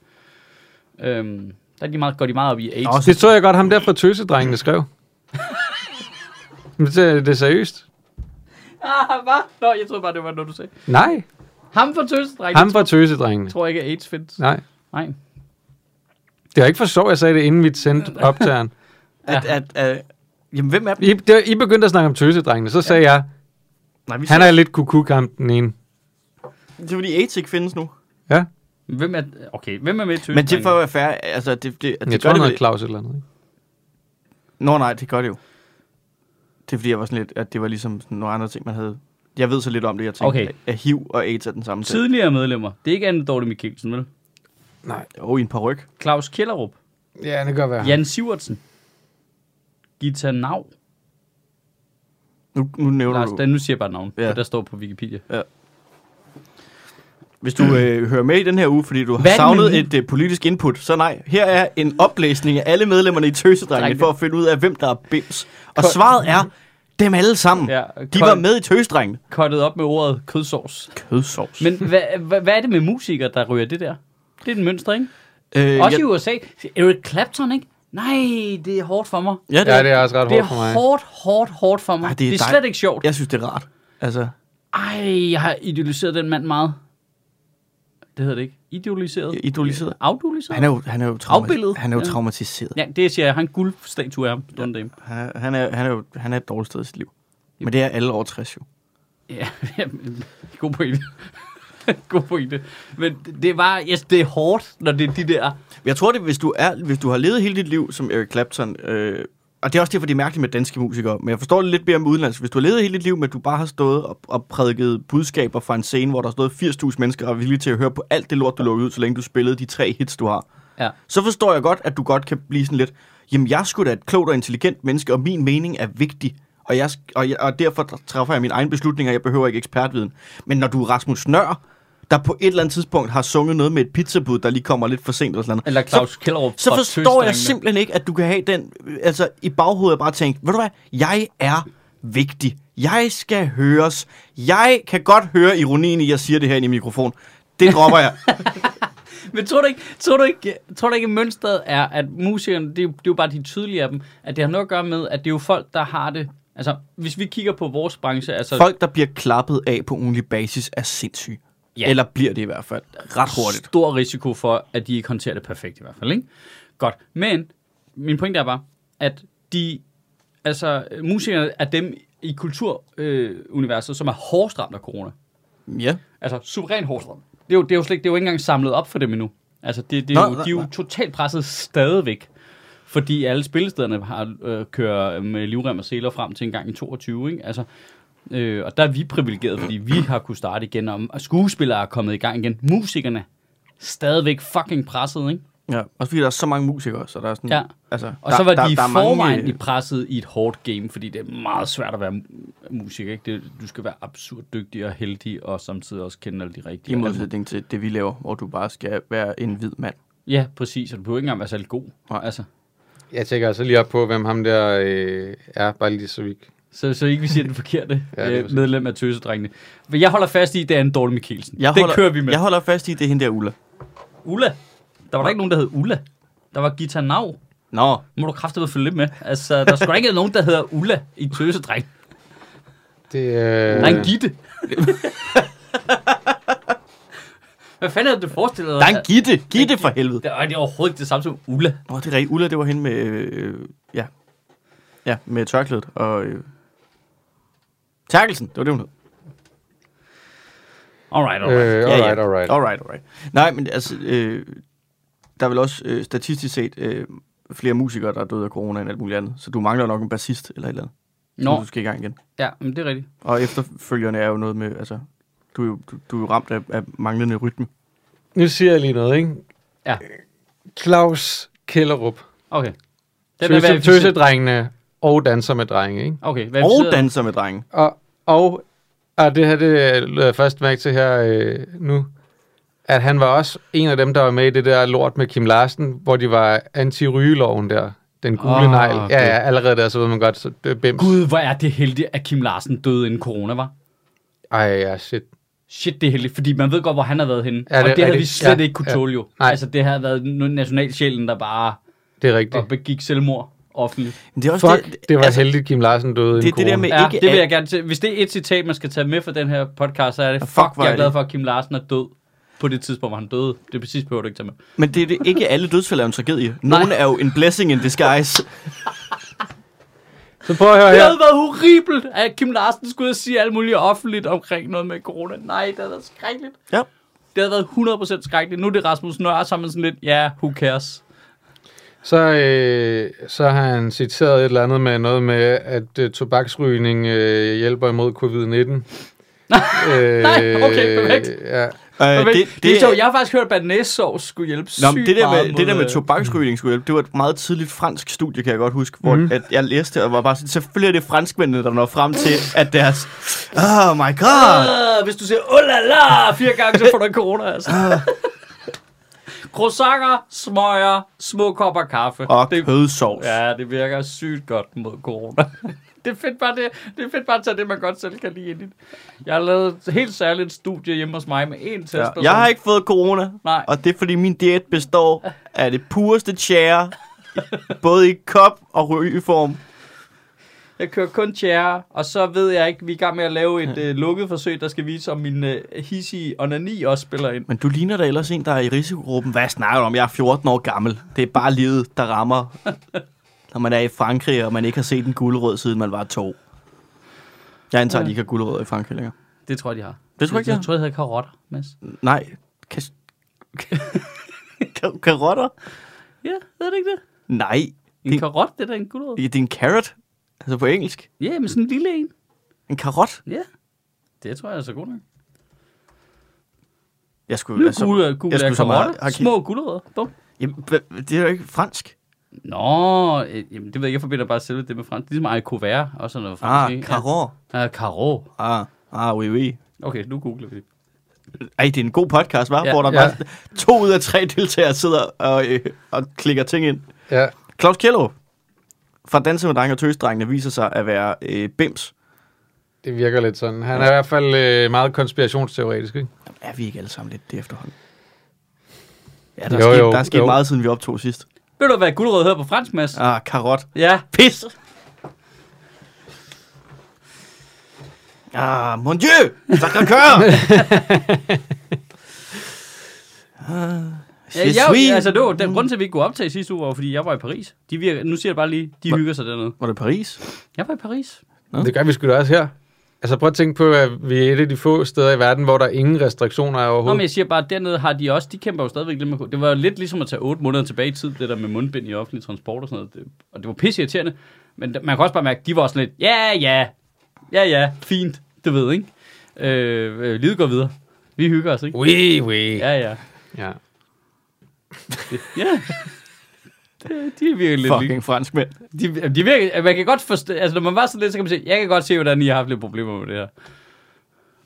Speaker 1: Øhm, der er de meget, går de meget op i AIDS.
Speaker 2: Nå,
Speaker 3: Det så jeg godt, ham der fra Tøsedrengene skrev. Men det, det er seriøst.
Speaker 1: Ah, hvad? Nå, jeg troede bare, det var noget, du sagde.
Speaker 3: Nej,
Speaker 1: Ham for tøsedreng.
Speaker 3: ham
Speaker 1: Ham for...
Speaker 3: fra Tøsedrengene.
Speaker 1: Jeg tror ikke, at AIDS findes.
Speaker 3: Nej,
Speaker 1: Nej.
Speaker 3: det var ikke for sjov, jeg sagde det, inden vi sendte optageren.
Speaker 2: At, at, at, jamen, hvem er dem?
Speaker 3: I, det, I begyndte at snakke om Tøsedrengene, så sagde jeg,
Speaker 2: Nej, vi
Speaker 3: han er lidt kukuk, ham den ene.
Speaker 2: Det er fordi AIDS ikke findes nu.
Speaker 3: Ja,
Speaker 1: Hvem er, okay, hvem er med i
Speaker 2: Men det er
Speaker 1: tøsedreng?
Speaker 2: for at være fair, altså det, det, det,
Speaker 3: jeg
Speaker 2: det
Speaker 3: tror,
Speaker 2: gør
Speaker 3: han
Speaker 2: det
Speaker 3: hedder
Speaker 2: vel...
Speaker 3: Claus eller noget. ikke?
Speaker 2: Nå nej, det gør det jo. Det er fordi, jeg var sådan lidt, at det var ligesom sådan nogle andre ting, man havde... Jeg ved så lidt om det, jeg tænkte,
Speaker 1: Okay.
Speaker 2: at- at HIV og AIDS er den samme ting.
Speaker 1: Tidligere medlemmer. Det er ikke Anne Dorte Mikkelsen, vel?
Speaker 3: Nej,
Speaker 2: Jo, i en paryk.
Speaker 1: Claus Kjellerup.
Speaker 3: ja, det kan godt være.
Speaker 1: Ja. Jan Sivertsen. Gita Nav.
Speaker 2: Nu, nu nævner
Speaker 1: Lars,
Speaker 2: du...
Speaker 1: den, nu siger jeg bare navn,
Speaker 2: Ja.
Speaker 1: ja. for der står på Wikipedia.
Speaker 2: Hvis du øh, hører med i den her uge, fordi du har
Speaker 1: Hvad er det
Speaker 2: savnet
Speaker 1: med
Speaker 2: et øh, politisk input, så nej. Her er en oplæsning af alle medlemmerne i Tøsedrengene
Speaker 1: Drengene.
Speaker 2: for at finde ud af, hvem der er bims. Og
Speaker 1: Kon-
Speaker 2: svaret er dem alle sammen.
Speaker 1: Ja,
Speaker 2: De var med i Tøsedrengene.
Speaker 1: Kottet op med ordet kødsovs.
Speaker 2: Kødsovs.
Speaker 1: Men hvad, hvad, hvad er det med musikere, der ryger det der? Det er den mønster, ikke?
Speaker 2: øh,
Speaker 1: Også i
Speaker 2: jeg,
Speaker 1: USA. Eric Clapton, ikke? Nej, det er hårdt for mig.
Speaker 2: ja, det,
Speaker 3: Ja,
Speaker 2: er,
Speaker 3: det er også ret
Speaker 1: Det er
Speaker 3: hårdt for mig.
Speaker 1: hårdt, hårdt, hårdt for mig.
Speaker 2: Ej,
Speaker 1: Ej,
Speaker 2: det er
Speaker 1: det, er det er
Speaker 2: dej-
Speaker 1: slet ikke sjovt.
Speaker 2: jeg synes, det er rart. Altså,
Speaker 1: Ej, jeg har idealiseret den mand meget. Det hedder det ikke. Idealiseret?
Speaker 2: idoliseret.
Speaker 1: Afdualiseret?
Speaker 2: Han er jo, han er jo, trauma-
Speaker 1: Afbilledet.
Speaker 2: han er jo
Speaker 1: Ja.
Speaker 2: traumatiseret.
Speaker 1: Ja, det siger jeg. Han er en guldstatue af ham. Don Dame.
Speaker 2: Han er, han er, han er jo han er et dårligt sted i sit liv. Men det er alle over 60 jo.
Speaker 1: Ja, jamen, god pointe. god pointe. Men det- det var, yes, det er hårdt, når det er de der...
Speaker 2: Jeg tror, det er, hvis du, er, hvis du har levet hele dit liv som Eric Clapton, øh, og det er også derfor, det er mærkeligt med danske musikere, men jeg forstår det lidt mere med udenlands. Hvis du har levet hele dit liv, men du bare har stået og, og prædiket budskaber fra en scene, hvor der stod 80.000 mennesker og er villige til at høre på alt det lort, du lukkede ud, så længe du spillede de tre hits, du har.
Speaker 1: Ja.
Speaker 2: Så forstår jeg godt, at du godt kan blive sådan lidt, jamen jeg skulle da et klogt og intelligent menneske, og min mening er vigtig. Og, jeg, sk- og, jeg, og derfor træffer jeg mine egne beslutninger, jeg behøver ikke ekspertviden. Men når du er Rasmus Nør, der på et eller andet tidspunkt har sunget noget med et pizzabud, der lige kommer lidt for sent eller sådan noget.
Speaker 1: Eller
Speaker 2: så-
Speaker 1: Claus Kellerup
Speaker 2: så
Speaker 1: fra
Speaker 2: forstår jeg
Speaker 1: Tøsedrengene.
Speaker 2: simpelthen ikke, at du kan have den, øh, altså i baghovedet bare tænke, ved du hvad, jeg er vigtig. Jeg skal høres. Jeg kan godt høre ironien i, at jeg siger det her ind i mikrofon. Det dropper jeg.
Speaker 1: Men tror du ikke, tror du ikke, tror du ikke mønstret er, at musikerne, det er, jo, det er jo bare de tydelige af dem, at det har noget at gøre med, at det er jo folk, der har det. Altså, hvis vi kigger på vores branche, altså
Speaker 2: Folk, der bliver klappet af på ugenlig basis, er sindssyge. Ja.
Speaker 1: Ja.
Speaker 2: Eller bliver det i hvert fald ret hurtigt.
Speaker 1: stor risiko for, at de ikke håndterer det perfekt i hvert fald, ikke? Godt. Men min pointe er bare, at de, altså musikerne er dem i kulturuniverset, øh, universet, som er hårdest ramt af corona.
Speaker 2: Ja.
Speaker 1: Altså, suveræn hårdt ramt. Det er jo, det er jo slet ikke, det er jo ikke engang samlet op for dem endnu. Altså, det, det er
Speaker 2: Nå,
Speaker 1: jo,
Speaker 2: nej,
Speaker 1: de er jo
Speaker 2: nej.
Speaker 1: totalt presset stadigvæk. Fordi alle spillestederne har, øh, kører med livrem og seler frem til en gang i 22, ikke? Altså, Øh, og der er vi privilegerede, fordi vi har kunnet starte igen, og og skuespillere er kommet i gang igen. Musikerne stadigvæk fucking presset, ikke?
Speaker 2: Ja, også fordi der er så mange musikere, så der er sådan...
Speaker 1: Ja.
Speaker 2: Altså,
Speaker 1: Og der, så var
Speaker 2: der,
Speaker 1: de i
Speaker 2: der er mange,
Speaker 1: forvejen
Speaker 2: øh,
Speaker 1: mange... presset i et hårdt game, fordi det er meget svært at være mu- musiker, ikke? Det, du skal være absurd dygtig og heldig, og samtidig også kende alle de
Speaker 2: I
Speaker 1: rigtige.
Speaker 2: modsætning til det, vi laver, hvor du bare skal være en hvid mand.
Speaker 1: Ja, præcis, og du behøver ikke engang være særlig god.
Speaker 2: Nej.
Speaker 1: Altså,
Speaker 3: Jeg tjekker altså lige op på, hvem ham der øh, er, bare lige så vi ikke-
Speaker 1: så, så ikke vi siger den forkerte
Speaker 3: Ja,
Speaker 1: ja,
Speaker 3: det er
Speaker 1: øh,
Speaker 3: præcis.
Speaker 1: medlem af tøsedrengene. Men jeg holder fast i, det er en dårlig Mikkelsen.
Speaker 2: Jeg
Speaker 1: det
Speaker 2: holder,
Speaker 1: kører vi med.
Speaker 2: Jeg holder fast i, det er hende der Ulla.
Speaker 1: Ulla. Der var der ikke nogen, der hed Ulla. Der var Gita Nav.
Speaker 2: Nå,
Speaker 1: Må du kraftedeme følge lidt med. Altså, der skulle ikke nogen, der hedder Ulla i tøsedreng.
Speaker 3: Det, øh,
Speaker 1: Der er en Gitte. Hvad fanden havde du forestillet dig?
Speaker 2: der er en Gitte. Gitte for helvede.
Speaker 1: Det er, det er overhovedet ikke det samme som Ulla.
Speaker 2: Nå, det er rigtigt. Ulla, det var hende med... Øh, ja. Ja, med tørklædet og... Øh, Terkelsen, det var det, hun hed.
Speaker 1: Alright, alright.
Speaker 3: Øh,
Speaker 2: Ja, ja.
Speaker 3: alright, alright.
Speaker 2: Alright, alright. Nej, men altså, øh, der er vel også øh, statistisk set øh, flere musikere, der er døde af corona end alt muligt andet. Så du mangler nok en bassist eller et eller andet. Nå.
Speaker 1: Nå,
Speaker 2: Du skal i gang igen.
Speaker 1: ja, men det er rigtigt.
Speaker 2: Og efterfølgerne er jo noget med, altså, du er jo, du, du er jo ramt af, af manglende rytme.
Speaker 3: Nu siger jeg lige noget, ikke?
Speaker 1: Ja.
Speaker 3: Claus Kellerup.
Speaker 1: Okay. Den er
Speaker 3: Tøse,
Speaker 1: verificeret.
Speaker 3: tøsedrengene og danser med drenge, ikke?
Speaker 1: Okay, hvad
Speaker 2: Og danser med drenge.
Speaker 3: Og, og, og det her, det lød jeg først mærke til her øh, nu, at han var også en af dem, der var med i det der lort med Kim Larsen, hvor de var anti-rygeloven der. Den gule
Speaker 1: Åh,
Speaker 3: oh, negl.
Speaker 1: Gud.
Speaker 3: Ja, ja, allerede der, så ved man godt, så det er bims.
Speaker 1: Gud, hvor er det heldigt, at Kim Larsen døde inden corona, var?
Speaker 3: Ej, ja, shit.
Speaker 1: Shit, det er heldigt, fordi man ved godt, hvor han har været henne.
Speaker 3: Ja,
Speaker 1: Ja,
Speaker 3: det
Speaker 1: det,
Speaker 3: er
Speaker 1: og det havde vi
Speaker 3: rigtigt.
Speaker 1: slet
Speaker 3: Ja,
Speaker 1: ja, ikke kunne
Speaker 3: ja.
Speaker 1: tåle jo.
Speaker 3: Nej.
Speaker 1: Altså, det havde været nu- nationalsjælen, der bare
Speaker 3: Det er rigtigt.
Speaker 1: og begik selvmord offentligt.
Speaker 2: Men det er også
Speaker 3: Fuck, det, var altså, heldigt, Kim Larsen døde
Speaker 2: det er
Speaker 3: inden
Speaker 2: det der
Speaker 3: corona.
Speaker 2: med-
Speaker 1: Ja,
Speaker 2: ikke
Speaker 1: det vil
Speaker 2: al-
Speaker 1: jeg gerne til. Hvis det er et citat, man skal tage med fra den her podcast, så er det,
Speaker 2: Ah,
Speaker 1: fuck,
Speaker 2: fuck, hvor
Speaker 1: jeg
Speaker 2: er
Speaker 1: er glad
Speaker 2: det-
Speaker 1: for, at Kim Larsen er død på det tidspunkt, hvor han døde. Det er præcis behøver du ikke tage med.
Speaker 2: Men det er det, ikke alle dødsfald er en tragedie. Nogle er jo en blessing in disguise.
Speaker 3: Så prøv at høre
Speaker 1: Det
Speaker 3: her.
Speaker 1: havde været horribelt, at Kim Larsen skulle ud og sige alt muligt offentligt omkring noget med corona. Nej, det havde været skrækkeligt.
Speaker 2: Ja.
Speaker 1: Det havde været 100% skrækkeligt. Nu er det Rasmus Nørre, så er man sådan lidt, ja, yeah, who cares?
Speaker 3: Så, øh, så har han citeret et eller andet med noget med, at øh, tobaksrygning øh, hjælper imod covid-19. øh,
Speaker 1: Nej, okay, perfekt.
Speaker 3: Ja.
Speaker 2: Øh,
Speaker 1: Øh, det, det, det er sjovt. Jeg har faktisk hørt, at bernæssovs skulle hjælpe
Speaker 2: Nå,
Speaker 1: sygt
Speaker 2: men det der
Speaker 1: meget
Speaker 2: med, det der
Speaker 1: mod,
Speaker 2: med
Speaker 1: øh,
Speaker 2: tobaksrygning skulle hjælpe, det var et meget tidligt fransk studie, kan jeg godt huske, hvor mm.
Speaker 1: Mhm.
Speaker 2: at jeg læste og var bare sådan, selvfølgelig er det franskmændene, der når frem til, at deres, oh my god,
Speaker 1: Øh, hvis du siger, oh la la, fire gange, så får du corona, altså.
Speaker 2: Ah.
Speaker 1: Croissanter, smøger, små kopper kaffe.
Speaker 2: og
Speaker 1: det,
Speaker 2: kødsovs. Ja.
Speaker 1: ja, det virker sygt godt mod corona. det er fedt bare, det, det er fedt bare at tage det, man godt selv kan lide ind i. det. Jeg har lavet et helt særligt studie hjemme hos mig med en test.
Speaker 2: Ja. Jeg har ikke fået corona,
Speaker 1: Nej.
Speaker 2: og det er fordi min diæt består af det pureste tjære, både i kop og rygeform.
Speaker 1: Jeg kører kun tjære, og så ved jeg ikke, vi er i gang med at lave et øh, lukket forsøg, der skal vise, om min øh, hissige onani også spiller ind.
Speaker 2: Men du ligner da ellers en, der er i risikogruppen. Hvad snakker du om? Jeg er 14 år gammel. Det er bare livet, der rammer, når man er i Frankrig, og man ikke har set en guldrød, siden man var to. Jeg antager, at de ikke har guldrød i Frankrig længere.
Speaker 1: Det tror jeg, de har.
Speaker 2: Det tror jeg ikke, de
Speaker 1: jeg,
Speaker 2: har.
Speaker 1: jeg tror, jeg hedder karotter, Mads.
Speaker 2: Nej. Kas- Ka- karotter?
Speaker 1: Ja, ved du ikke det?
Speaker 2: Nej.
Speaker 1: En
Speaker 2: Det-
Speaker 1: karot, det er da en gulerod.
Speaker 2: Det er en carrot. Altså på engelsk.
Speaker 1: Ja, men sådan en lille en.
Speaker 2: En karot.
Speaker 1: Ja. Det tror jeg er så god nok.
Speaker 2: Jeg skulle,
Speaker 1: Lille altså, gule, gule
Speaker 2: jeg skulle så meget-
Speaker 1: karotter.
Speaker 2: har-
Speaker 1: Små gulerødder. Bum.
Speaker 2: Jamen, hva- det er jo ikke fransk.
Speaker 1: Nå, øh, jamen, det ved jeg, ikke. jeg forbinder bare selve det med fransk. Det er ligesom haricots verts og sådan noget fransk.
Speaker 2: Ah,
Speaker 1: ikke?
Speaker 2: karot.
Speaker 1: Ja, karot.
Speaker 2: Ah, ah, oui, oui.
Speaker 1: Okay, nu googler vi det.
Speaker 2: Ej, det er en god podcast, hva'?
Speaker 1: Ja,
Speaker 2: Ja, Hvor der
Speaker 3: ja.
Speaker 2: ja. bare to ud af tre deltagere sidder og, øh, og klikker ting ind.
Speaker 3: Ja.
Speaker 2: Claus Kjellup fra Danse med Drenge og Tøsdrengene viser sig at være øh, bims.
Speaker 3: Det virker lidt sådan. Han er i hvert fald øh, meget konspirationsteoretisk, ikke?
Speaker 2: Jamen, er vi ikke alle sammen lidt det efterhånden? Ja, der er
Speaker 3: Jo,
Speaker 2: sket,
Speaker 3: jo,
Speaker 2: der er sket
Speaker 3: jo.
Speaker 2: meget, siden vi optog sidst.
Speaker 1: Ved du, hvad gulerød hedder på fransk, Mads?
Speaker 2: Ah, karot.
Speaker 1: Ja.
Speaker 2: Pis! Ah, mon dieu! Sacre coeur! ah,
Speaker 1: Ja,
Speaker 2: je
Speaker 1: jeg,
Speaker 2: suis-
Speaker 1: altså, det var, den grund til, at vi ikke kunne optage sidste uge, var, fordi jeg var i Paris. De virker, nu siger jeg bare lige, de
Speaker 2: Hva?
Speaker 1: hygger sig dernede.
Speaker 2: Var det Paris?
Speaker 1: Jeg var i Paris.
Speaker 2: Nå.
Speaker 3: Det gør vi sgu da også her. Altså prøv at tænke på, at vi er et af de få steder i verden, hvor der ingen restriktioner er
Speaker 1: Nå, men
Speaker 3: overhovedet.
Speaker 1: jeg siger bare, at dernede har de også, de kæmper jo stadigvæk lidt med ko- Det var lidt ligesom at tage 8 måneder tilbage i tid, det der med mundbind i offentlig transport og sådan noget. Det, og det var pisse irriterende. Men d- man kan også bare mærke, at de var sådan lidt, ja, ja, ja, ja, fint, du ved, ikke? Øh, øh, livet går videre. Vi hygger os, ikke?
Speaker 3: Wee, wee.
Speaker 1: Ja,
Speaker 3: Ja.
Speaker 1: ja.
Speaker 3: ja.
Speaker 1: Det, ja. Det- De er virkelig lidt lige.
Speaker 2: Fucking franskmænd.
Speaker 1: De, de er virkelig, man kan godt forstå, altså når man var sådan lidt, så kan man se, jeg kan godt se, hvordan I har haft lidt problemer med det her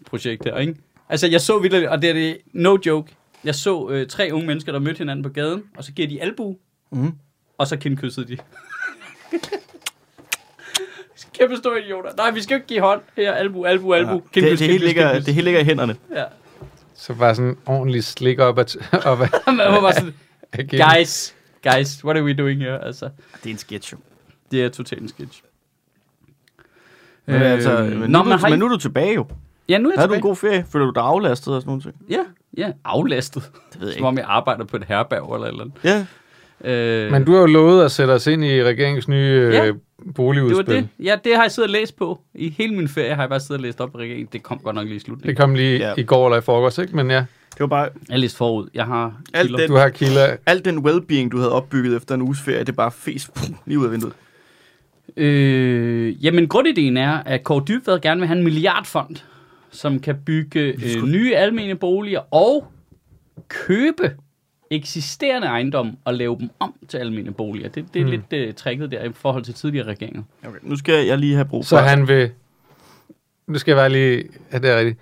Speaker 1: projekt her, ikke? Altså jeg så vildt, og det er det, no joke, jeg så øh, tre unge mennesker, der mødte hinanden på gaden, og så giver de albu,
Speaker 2: Mm.
Speaker 1: og så kindkyssede de. Kæmpe store idioter. Nej, vi skal jo ikke give hånd. Her, albu, albu, albu. Ja.
Speaker 2: Ja. Det, det, hele ligger, det hele ligger i hænderne.
Speaker 1: Ja.
Speaker 3: Så bare sådan ordentlig slik op at... Op at
Speaker 1: Man var bare sådan,
Speaker 3: igen.
Speaker 1: guys, guys, what are we doing here? Altså,
Speaker 2: Det er en sketch, jo.
Speaker 1: det er totalt en sketch.
Speaker 2: Men, øh, altså, men,
Speaker 1: nå,
Speaker 2: nu,
Speaker 1: men
Speaker 2: men,
Speaker 1: har I-
Speaker 2: men nu er du tilbage jo.
Speaker 1: Ja, nu er jeg
Speaker 2: Havde du
Speaker 1: tilbage.
Speaker 2: en god ferie? Føler du dig aflastet og sådan noget?
Speaker 1: Ja, ja. Aflastet.
Speaker 2: Det ved jeg
Speaker 1: Som
Speaker 2: ikke.
Speaker 1: om jeg arbejder på et herberg eller et eller andet.
Speaker 2: Ja,
Speaker 1: Øh,
Speaker 3: Men du har jo lovet at sætte os ind i regeringens nye
Speaker 1: Ja.
Speaker 3: ja.
Speaker 1: det var
Speaker 3: boligudspil.
Speaker 1: det. Ja, det har jeg siddet og læst på. I hele min ferie har jeg bare siddet og læst op på regeringen. Det kom godt nok lige i
Speaker 3: det
Speaker 1: slutningen.
Speaker 3: kom lige
Speaker 2: Ja.
Speaker 3: i går eller i forgårs, ikke? Men ja,
Speaker 2: det var bare
Speaker 1: Jeg har læst forud. Jeg har...
Speaker 2: Alt
Speaker 1: kilder.
Speaker 2: det-
Speaker 3: du har kilder.
Speaker 2: alt den well-being, du havde opbygget efter en uges ferie, det bare fes pum, lige ud af vinduet.
Speaker 1: Øh, jamen, grundideen er, at Kåre Dybvad gerne vil have en milliardfond, som kan bygge øh, nye almene boliger og købe eksisterende ejendomme og lave dem om til almene boliger. Det, det er mm.
Speaker 2: Hmm.
Speaker 3: Mm.
Speaker 1: lidt øh, tricket der i forhold til tidligere regeringer.
Speaker 2: Okay, nu skal jeg lige have brug for...
Speaker 3: Så han vil... Nu skal jeg bare lige... Ja, det er rigtigt.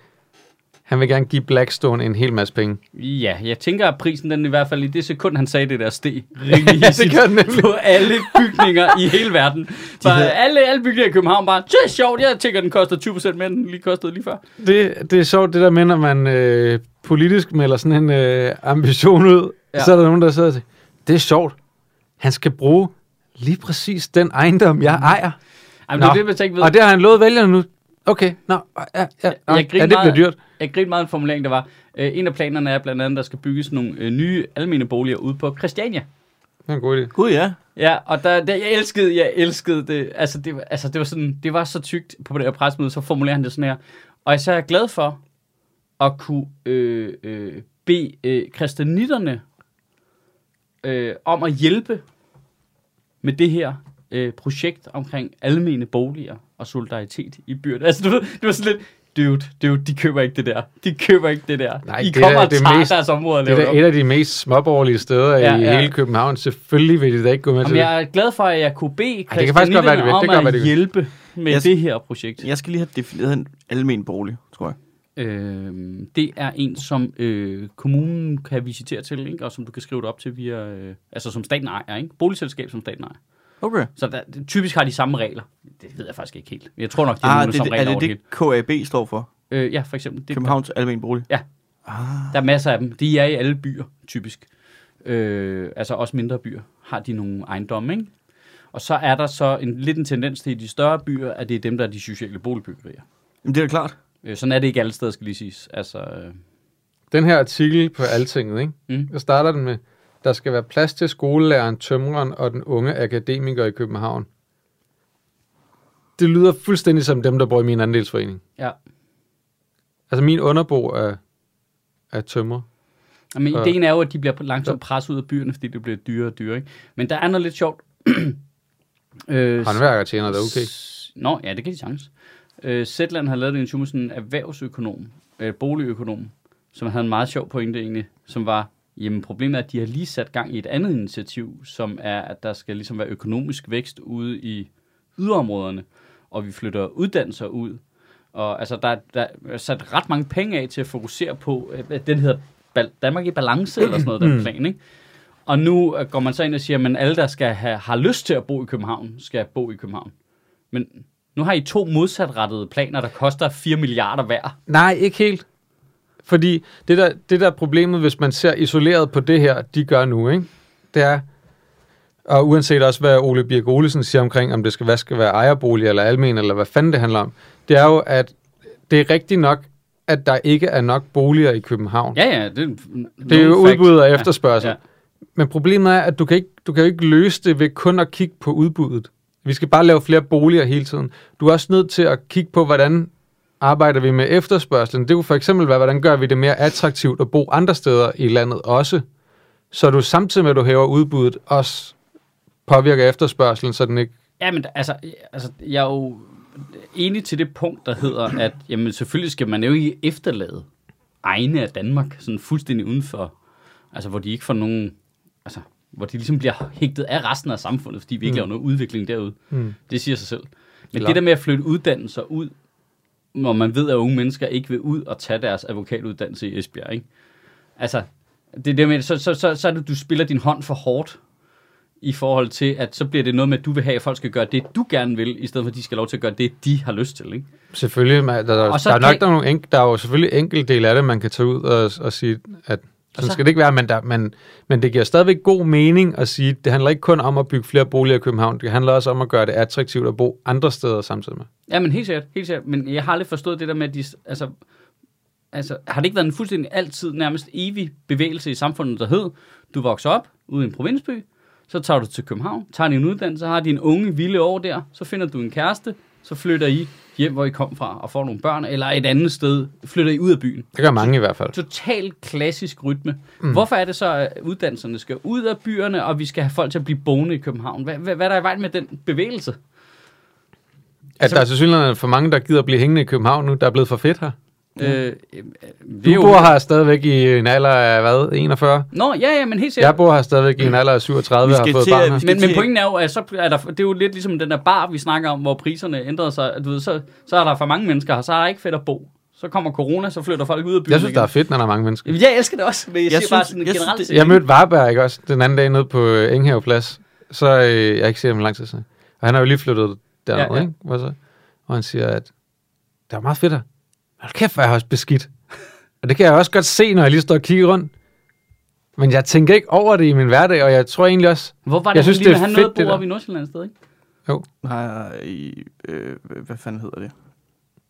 Speaker 3: Han vil gerne give Blackstone en hel masse penge.
Speaker 1: Ja, jeg tænker, at prisen den i hvert fald i det sekund, han sagde det der, steg rimelig
Speaker 3: Ja, det
Speaker 1: hissigt
Speaker 3: gør den nemlig.
Speaker 1: på alle bygninger i hele verden. Bare,
Speaker 2: havde-
Speaker 1: alle, alle bygninger i København bare, det er sjovt, jeg tænker, den koster 20% mere, end den lige kostede lige før.
Speaker 3: Det, det er sjovt, det der med, når man øh, politisk melder sådan en øh, ambition ud,
Speaker 1: Ja.
Speaker 3: ja. så er der nogen, der sidder og siger, det er sjovt, han skal bruge lige præcis den ejendom, jeg ejer.
Speaker 1: Jamen, det er
Speaker 3: Nå.
Speaker 1: det, man tænker ved.
Speaker 3: Og det har han lovet vælgerne nu. Okay, nå, ja, ja, nå,
Speaker 1: Jeg
Speaker 3: ja
Speaker 1: griner
Speaker 3: det bliver
Speaker 1: meget-
Speaker 3: dyrt.
Speaker 1: Jeg grinede meget af en formulering, der var, øh, en af planerne er blandt andet, der skal bygges nogle øh, nye almene boliger ude på Christiania.
Speaker 3: Det er en god idé.
Speaker 2: Gud ja.
Speaker 1: Ja, og der, der, jeg elskede, jeg elskede det. Altså, det, var- altså, det var sådan, det var så tykt på det her pressemøde, så formulerer han det sådan her. Og så er jeg glad for at kunne øh, øh, bede øh, kristianitterne øh, om at hjælpe med det her øh, projekt omkring almene boliger og solidaritet i byerne. Altså, du ved, det var sådan lidt, dude, dude, de køber ikke det der. De køber ikke det der.
Speaker 3: Nej,
Speaker 1: I
Speaker 3: det er
Speaker 1: kommer og
Speaker 3: det
Speaker 1: tager
Speaker 3: mest-
Speaker 1: deres område og
Speaker 3: Det er
Speaker 1: laver det
Speaker 3: da
Speaker 1: om.
Speaker 3: et af de mest småborgerlige
Speaker 1: Ja,
Speaker 3: steder ja, i
Speaker 1: ja.
Speaker 3: ja. hele København. Selvfølgelig vil de da ikke gå med til
Speaker 1: Jamen,
Speaker 3: det.
Speaker 1: jeg er glad for, at jeg kunne bede
Speaker 3: Ej, det kan faktisk godt være, det
Speaker 1: Christianitterne
Speaker 3: vil. Det kan
Speaker 1: om
Speaker 3: godt
Speaker 1: at
Speaker 3: være, det vil.
Speaker 1: hjælpe med
Speaker 2: Jeg-
Speaker 1: det her projekt.
Speaker 2: Jeg skal lige have defineret en almen bolig, tror jeg.
Speaker 1: Øhm, det er en, som øh, kommunen kan visitere til, ikke? og som du kan skrive det op til via, øh, altså som staten ejer, ikke? boligselskab som staten ejer.
Speaker 2: Okay.
Speaker 1: Så der, typisk har de samme regler. Det ved jeg faktisk ikke helt. Jeg tror nok, de har
Speaker 2: Ah,
Speaker 1: nogle
Speaker 2: det,
Speaker 1: samme
Speaker 2: det, er
Speaker 1: regler
Speaker 2: det
Speaker 1: over det,
Speaker 2: det, KAB står for?
Speaker 1: hele. Øh, ja, for eksempel. Det,
Speaker 2: Københavns Almen Bolig?
Speaker 1: Ja.
Speaker 2: Ah,
Speaker 1: Der er masser af dem. De er i alle byer, typisk. Øh, altså også mindre byer har de nogle ejendomme, ikke? Og så er der så en, lidt en tendens til i de større byer, at det er dem, der er de sociale boligbyggerier.
Speaker 2: jamen det er da klart.
Speaker 1: Øh, sådan er det ikke alle steder, skal lige siges. Altså, øh,
Speaker 3: den her artikel på Altinget, ikke?
Speaker 1: Mm.
Speaker 3: Mm. Jeg starter den med, der skal være plads til skolelæreren, tømreren og den unge akademiker i København. Det lyder fuldstændig som dem, der bor i min andelsforening.
Speaker 1: ja.
Speaker 3: Altså min underbo er, er tømrer.
Speaker 1: Men
Speaker 3: Ja.
Speaker 1: ideen er jo, at de bliver langsomt presset ud af byerne, fordi det bliver dyrere og dyrere. Ikke? Men der er noget lidt sjovt. øh,
Speaker 3: Håndværker tjener da okay.
Speaker 1: S- Nå, ja, det kan de sagtens. Øh, Zetland har lavet en interview med sådan en erhvervsøkonom, øh, boligøkonom, som havde en meget sjov pointe egentlig, som var, jamen problemet er, at de har lige sat gang i et andet initiativ, som er, at der skal ligesom være økonomisk vækst ude i yderområderne, og vi flytter uddannelser ud. Og altså, der, der er sat ret mange penge af til at fokusere på, øh, at den hedder Bal- Danmark i balance, eller sådan noget, den plan, ikke? Og nu øh, går man så ind og siger, at alle, der skal have, har lyst til at bo i København, skal bo i København. Men nu har I to modsatrettede planer, der koster 4 milliarder hver.
Speaker 3: Nej, ikke helt. Fordi det der, det der er problemet, hvis man ser isoleret på det her, de gør nu, ikke? det er, og uanset også, hvad Ole Birk Olesen siger omkring, om det skal, hvad skal være ejerbolig eller almen, eller hvad fanden det handler om, det er jo, at det er rigtigt nok, at der ikke er nok boliger i København.
Speaker 1: Ja, ja. Det,
Speaker 3: det er jo udbud og efterspørgsel.
Speaker 1: Ja, ja.
Speaker 3: Men problemet er, at du kan, ikke, du kan jo ikke løse det ved kun at kigge på udbuddet. Vi skal bare lave flere boliger hele tiden. Du er også nødt til at kigge på, hvordan arbejder vi med efterspørgselen. Det kunne for eksempel være, hvordan gør vi det mere attraktivt at bo andre steder i landet også, så du samtidig med, at du hæver udbuddet, også påvirker efterspørgselen, så den ikke...
Speaker 1: Ja, men altså, altså, jeg er jo enig til det punkt, der hedder, at jamen, selvfølgelig skal man jo ikke efterlade egne af Danmark, sådan fuldstændig udenfor, altså hvor de ikke får nogen, altså hvor de ligesom bliver hægtet af resten af samfundet, fordi vi ikke mm. laver noget udvikling derude.
Speaker 3: Mm.
Speaker 1: Det siger sig selv. Men
Speaker 3: Klart.
Speaker 1: det der med at flytte uddannelser ud, når man ved, at unge mennesker ikke vil ud og tage deres advokatuddannelse i Esbjerg, ikke? Altså, det der med, så, så, så, så er det, du spiller din hånd for hårdt i forhold til, at så bliver det noget med, at du vil have, at folk skal gøre det, du gerne vil, i stedet for, at de skal have lov til at gøre det, de har lyst til, ikke?
Speaker 3: Selvfølgelig, man, der, der,
Speaker 1: Og så
Speaker 3: der er nok
Speaker 1: kan-
Speaker 3: der er nogle enk, der er jo selvfølgelig enkelte dele af det, man kan tage ud og, og sige, at sådan
Speaker 1: så-
Speaker 3: skal det ikke være, men, der, men, men det giver stadigvæk god mening at sige, det handler ikke kun om at bygge flere boliger i København, det handler også om at gøre det attraktivt at bo andre steder samtidig med.
Speaker 1: Ja, men helt sikkert, helt sikkert. Men jeg har aldrig forstået det der med, at de, altså, altså, har det ikke været en fuldstændig altid, nærmest evig bevægelse i samfundet, der hed, du vokser op ude i en provinsby, så tager du til København, tager din uddannelse, har din unge vilde år der, så finder du en kæreste, så flytter I hjem, hvor I kom fra, og får nogle børn, eller et andet sted, flytter I ud af byen.
Speaker 3: Det gør mange i hvert fald.
Speaker 1: Total klassisk rytme. Mm. Hvorfor er det så, at uddannelserne skal ud af byerne, og vi skal have folk til at blive boende i København? Hvad, hvad, hvad er der i vejen med den bevægelse?
Speaker 3: At der er selvfølgelig for mange, der gider at blive hængende i København nu, der er blevet for fedt her.
Speaker 1: Mm. Øh, øh,
Speaker 3: Du bor her stadigvæk i en alder af, hvad, 41?
Speaker 1: Nå, ja, ja, men helt sikkert.
Speaker 3: Jeg bor her stadigvæk i en alder af 37 og
Speaker 2: Vi
Speaker 3: har
Speaker 2: skal
Speaker 3: fået
Speaker 2: til at-
Speaker 3: barn her.
Speaker 2: vi skal
Speaker 1: Men, men
Speaker 2: til-
Speaker 1: pointen er jo, at så er der, det er jo lidt ligesom den der bar, vi snakker om, hvor priserne ændrede sig. At Du ved, så, så er der for mange mennesker her, så er der ikke fedt at bo. Så kommer corona, så flytter folk ud af byen
Speaker 3: Jeg synes, der er fedt, når der er mange mennesker.
Speaker 1: igen. Jeg elsker det også, men jeg, jeg siger
Speaker 2: synes-
Speaker 1: bare sådan
Speaker 2: jeg synes,
Speaker 1: generelt.
Speaker 2: det-
Speaker 1: set.
Speaker 3: Jeg mødte Varberg, ikke også, den anden dag nede på øh, Enghavn Plads. Så øh, jeg har ikke set ham i lang tid siden. Og han har jo lige flyttet
Speaker 1: Ja,
Speaker 3: dernede, ja,
Speaker 1: ja.
Speaker 3: ja. ikke? Hvad så? Og han siger, at det er meget fedt her. Hold kæft, hvor er jeg også beskidt. og det kan jeg også godt se, når jeg lige står og kigger rundt. Men jeg tænker ikke over det i min hverdag, og jeg tror egentlig også...
Speaker 1: Hvor var det,
Speaker 3: Jeg synes,
Speaker 1: lige,
Speaker 3: det er
Speaker 1: han
Speaker 3: fedt,
Speaker 1: nåede at
Speaker 3: det
Speaker 1: bo
Speaker 3: der.
Speaker 1: oppe i Nordsjælland et sted, ikke?
Speaker 2: Nej, i, øh, hvad fanden hedder det?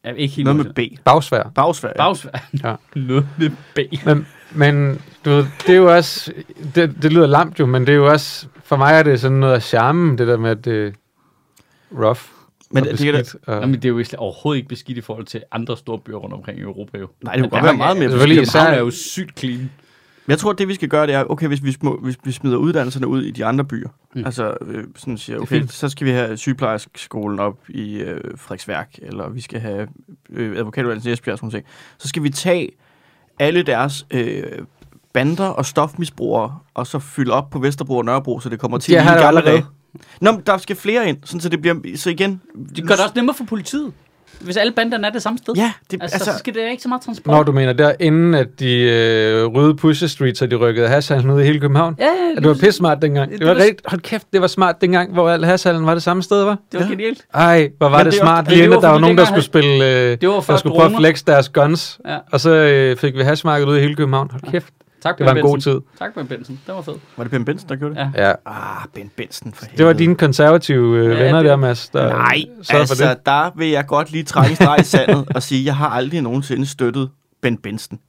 Speaker 1: Ja, ikke helt
Speaker 2: Noget med B.
Speaker 3: Bagsvær.
Speaker 2: Bagsvær.
Speaker 1: Bagsvær.
Speaker 3: Ja.
Speaker 1: Noget med B.
Speaker 3: Men, men du ved, det er jo også... Det, det lyder lamt jo, men det er jo også... For mig er det sådan noget af charmen, det der med, at det er rough
Speaker 2: Men
Speaker 3: og
Speaker 2: det, det, kan da-
Speaker 3: beskidt. og-
Speaker 1: Jamen, det er jo ikke- overhovedet ikke beskidt i forhold til andre store byer rundt omkring i Europa, jo.
Speaker 2: nej, det kunne
Speaker 1: Og
Speaker 2: godt være
Speaker 1: Danmark
Speaker 2: meget mere.
Speaker 1: er-
Speaker 3: Selvfølgelig.
Speaker 2: beskidt.
Speaker 1: København er jo sygt clean.
Speaker 2: Men Jeg tror, at det vi skal gøre, det er, okay, hvis vi, små, hvis vi smider uddannelserne ud i de andre byer,
Speaker 1: Mm.
Speaker 2: mm. altså øh, sådan siger,
Speaker 3: er
Speaker 2: okay,
Speaker 3: fint.
Speaker 2: så skal vi have sygeplejerskolen op i øh, Frederiksværk, eller vi skal have øh, advokatuddannelsen i Esbjerg, og sådan noget. Så skal vi tage alle deres øh, bander og stofmisbrugere, og så fylde op på Vesterbro og Nørrebro, så det kommer til
Speaker 3: Det har
Speaker 2: lige i
Speaker 3: der
Speaker 2: gamle
Speaker 3: allerede.
Speaker 2: dage. Nå, men der skal flere ind, sådan, så det bliver, så igen...
Speaker 1: Det gør det også nemmere for politiet, hvis alle banderne er det samme sted.
Speaker 2: Ja, det,
Speaker 1: Altså, altså, så skal det ikke så meget transport.
Speaker 3: Når du mener der, inden at de øh, rydde Pusher Street, så de rykkede hashhandlen ud i hele København?
Speaker 1: Ja, ja,
Speaker 3: Ja, det var pisse smart dengang.
Speaker 1: Det
Speaker 3: Det var
Speaker 1: var-
Speaker 3: rigtigt. Hold kæft, det var smart dengang, hvor al hashhandlen var det samme sted, var?
Speaker 1: det var
Speaker 2: Ja.
Speaker 1: genialt.
Speaker 3: Ej, hvor var
Speaker 2: Men
Speaker 3: det,
Speaker 2: det er
Speaker 3: smart.
Speaker 2: også-
Speaker 3: Lige
Speaker 1: men det
Speaker 3: inden,
Speaker 1: var
Speaker 3: der var
Speaker 1: fordi
Speaker 3: nogen, der
Speaker 1: dengang
Speaker 3: skulle spille... Øh,
Speaker 1: Det var
Speaker 3: der
Speaker 1: før
Speaker 3: skulle prøve at
Speaker 1: droner.
Speaker 3: flex deres guns.
Speaker 1: Ja.
Speaker 3: Og så øh, fik vi hashmarkedet ud i hele København. Hold kæft,
Speaker 1: Tak,
Speaker 3: det var en
Speaker 1: Benson.
Speaker 3: god tid.
Speaker 1: Tak, Ben Benson. Det var fed.
Speaker 2: Var det Ben Benson, der gjorde det?
Speaker 1: Ja.
Speaker 3: Ja.
Speaker 2: Ah, Ben Benson for helvede.
Speaker 3: Det var dine konservative øh,
Speaker 1: Ja,
Speaker 3: venner
Speaker 1: det-
Speaker 3: der, Mads, der
Speaker 2: Nej,
Speaker 3: sørgede
Speaker 2: altså,
Speaker 3: for det.
Speaker 2: der vil jeg godt lige trække en streg i sandet og sige, jeg har aldrig nogensinde støttet Ben Benson.